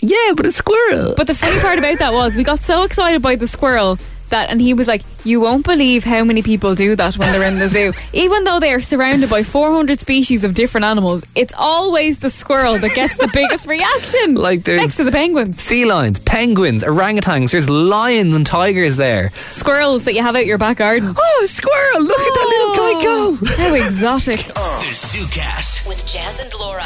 Yeah, but a squirrel. But the funny part about that was we got so excited by the squirrel that, and he was like, "You won't believe how many people do that when they're in the zoo, even though they are surrounded by 400 species of different animals. It's always the squirrel that gets the biggest reaction, like there's next to the penguins, sea lions, penguins, orangutans, there's lions and tigers there. squirrels that you have out your back garden. Oh, squirrel! Look at that little guy go! How exotic! The ZooCast With Jazz and Laura.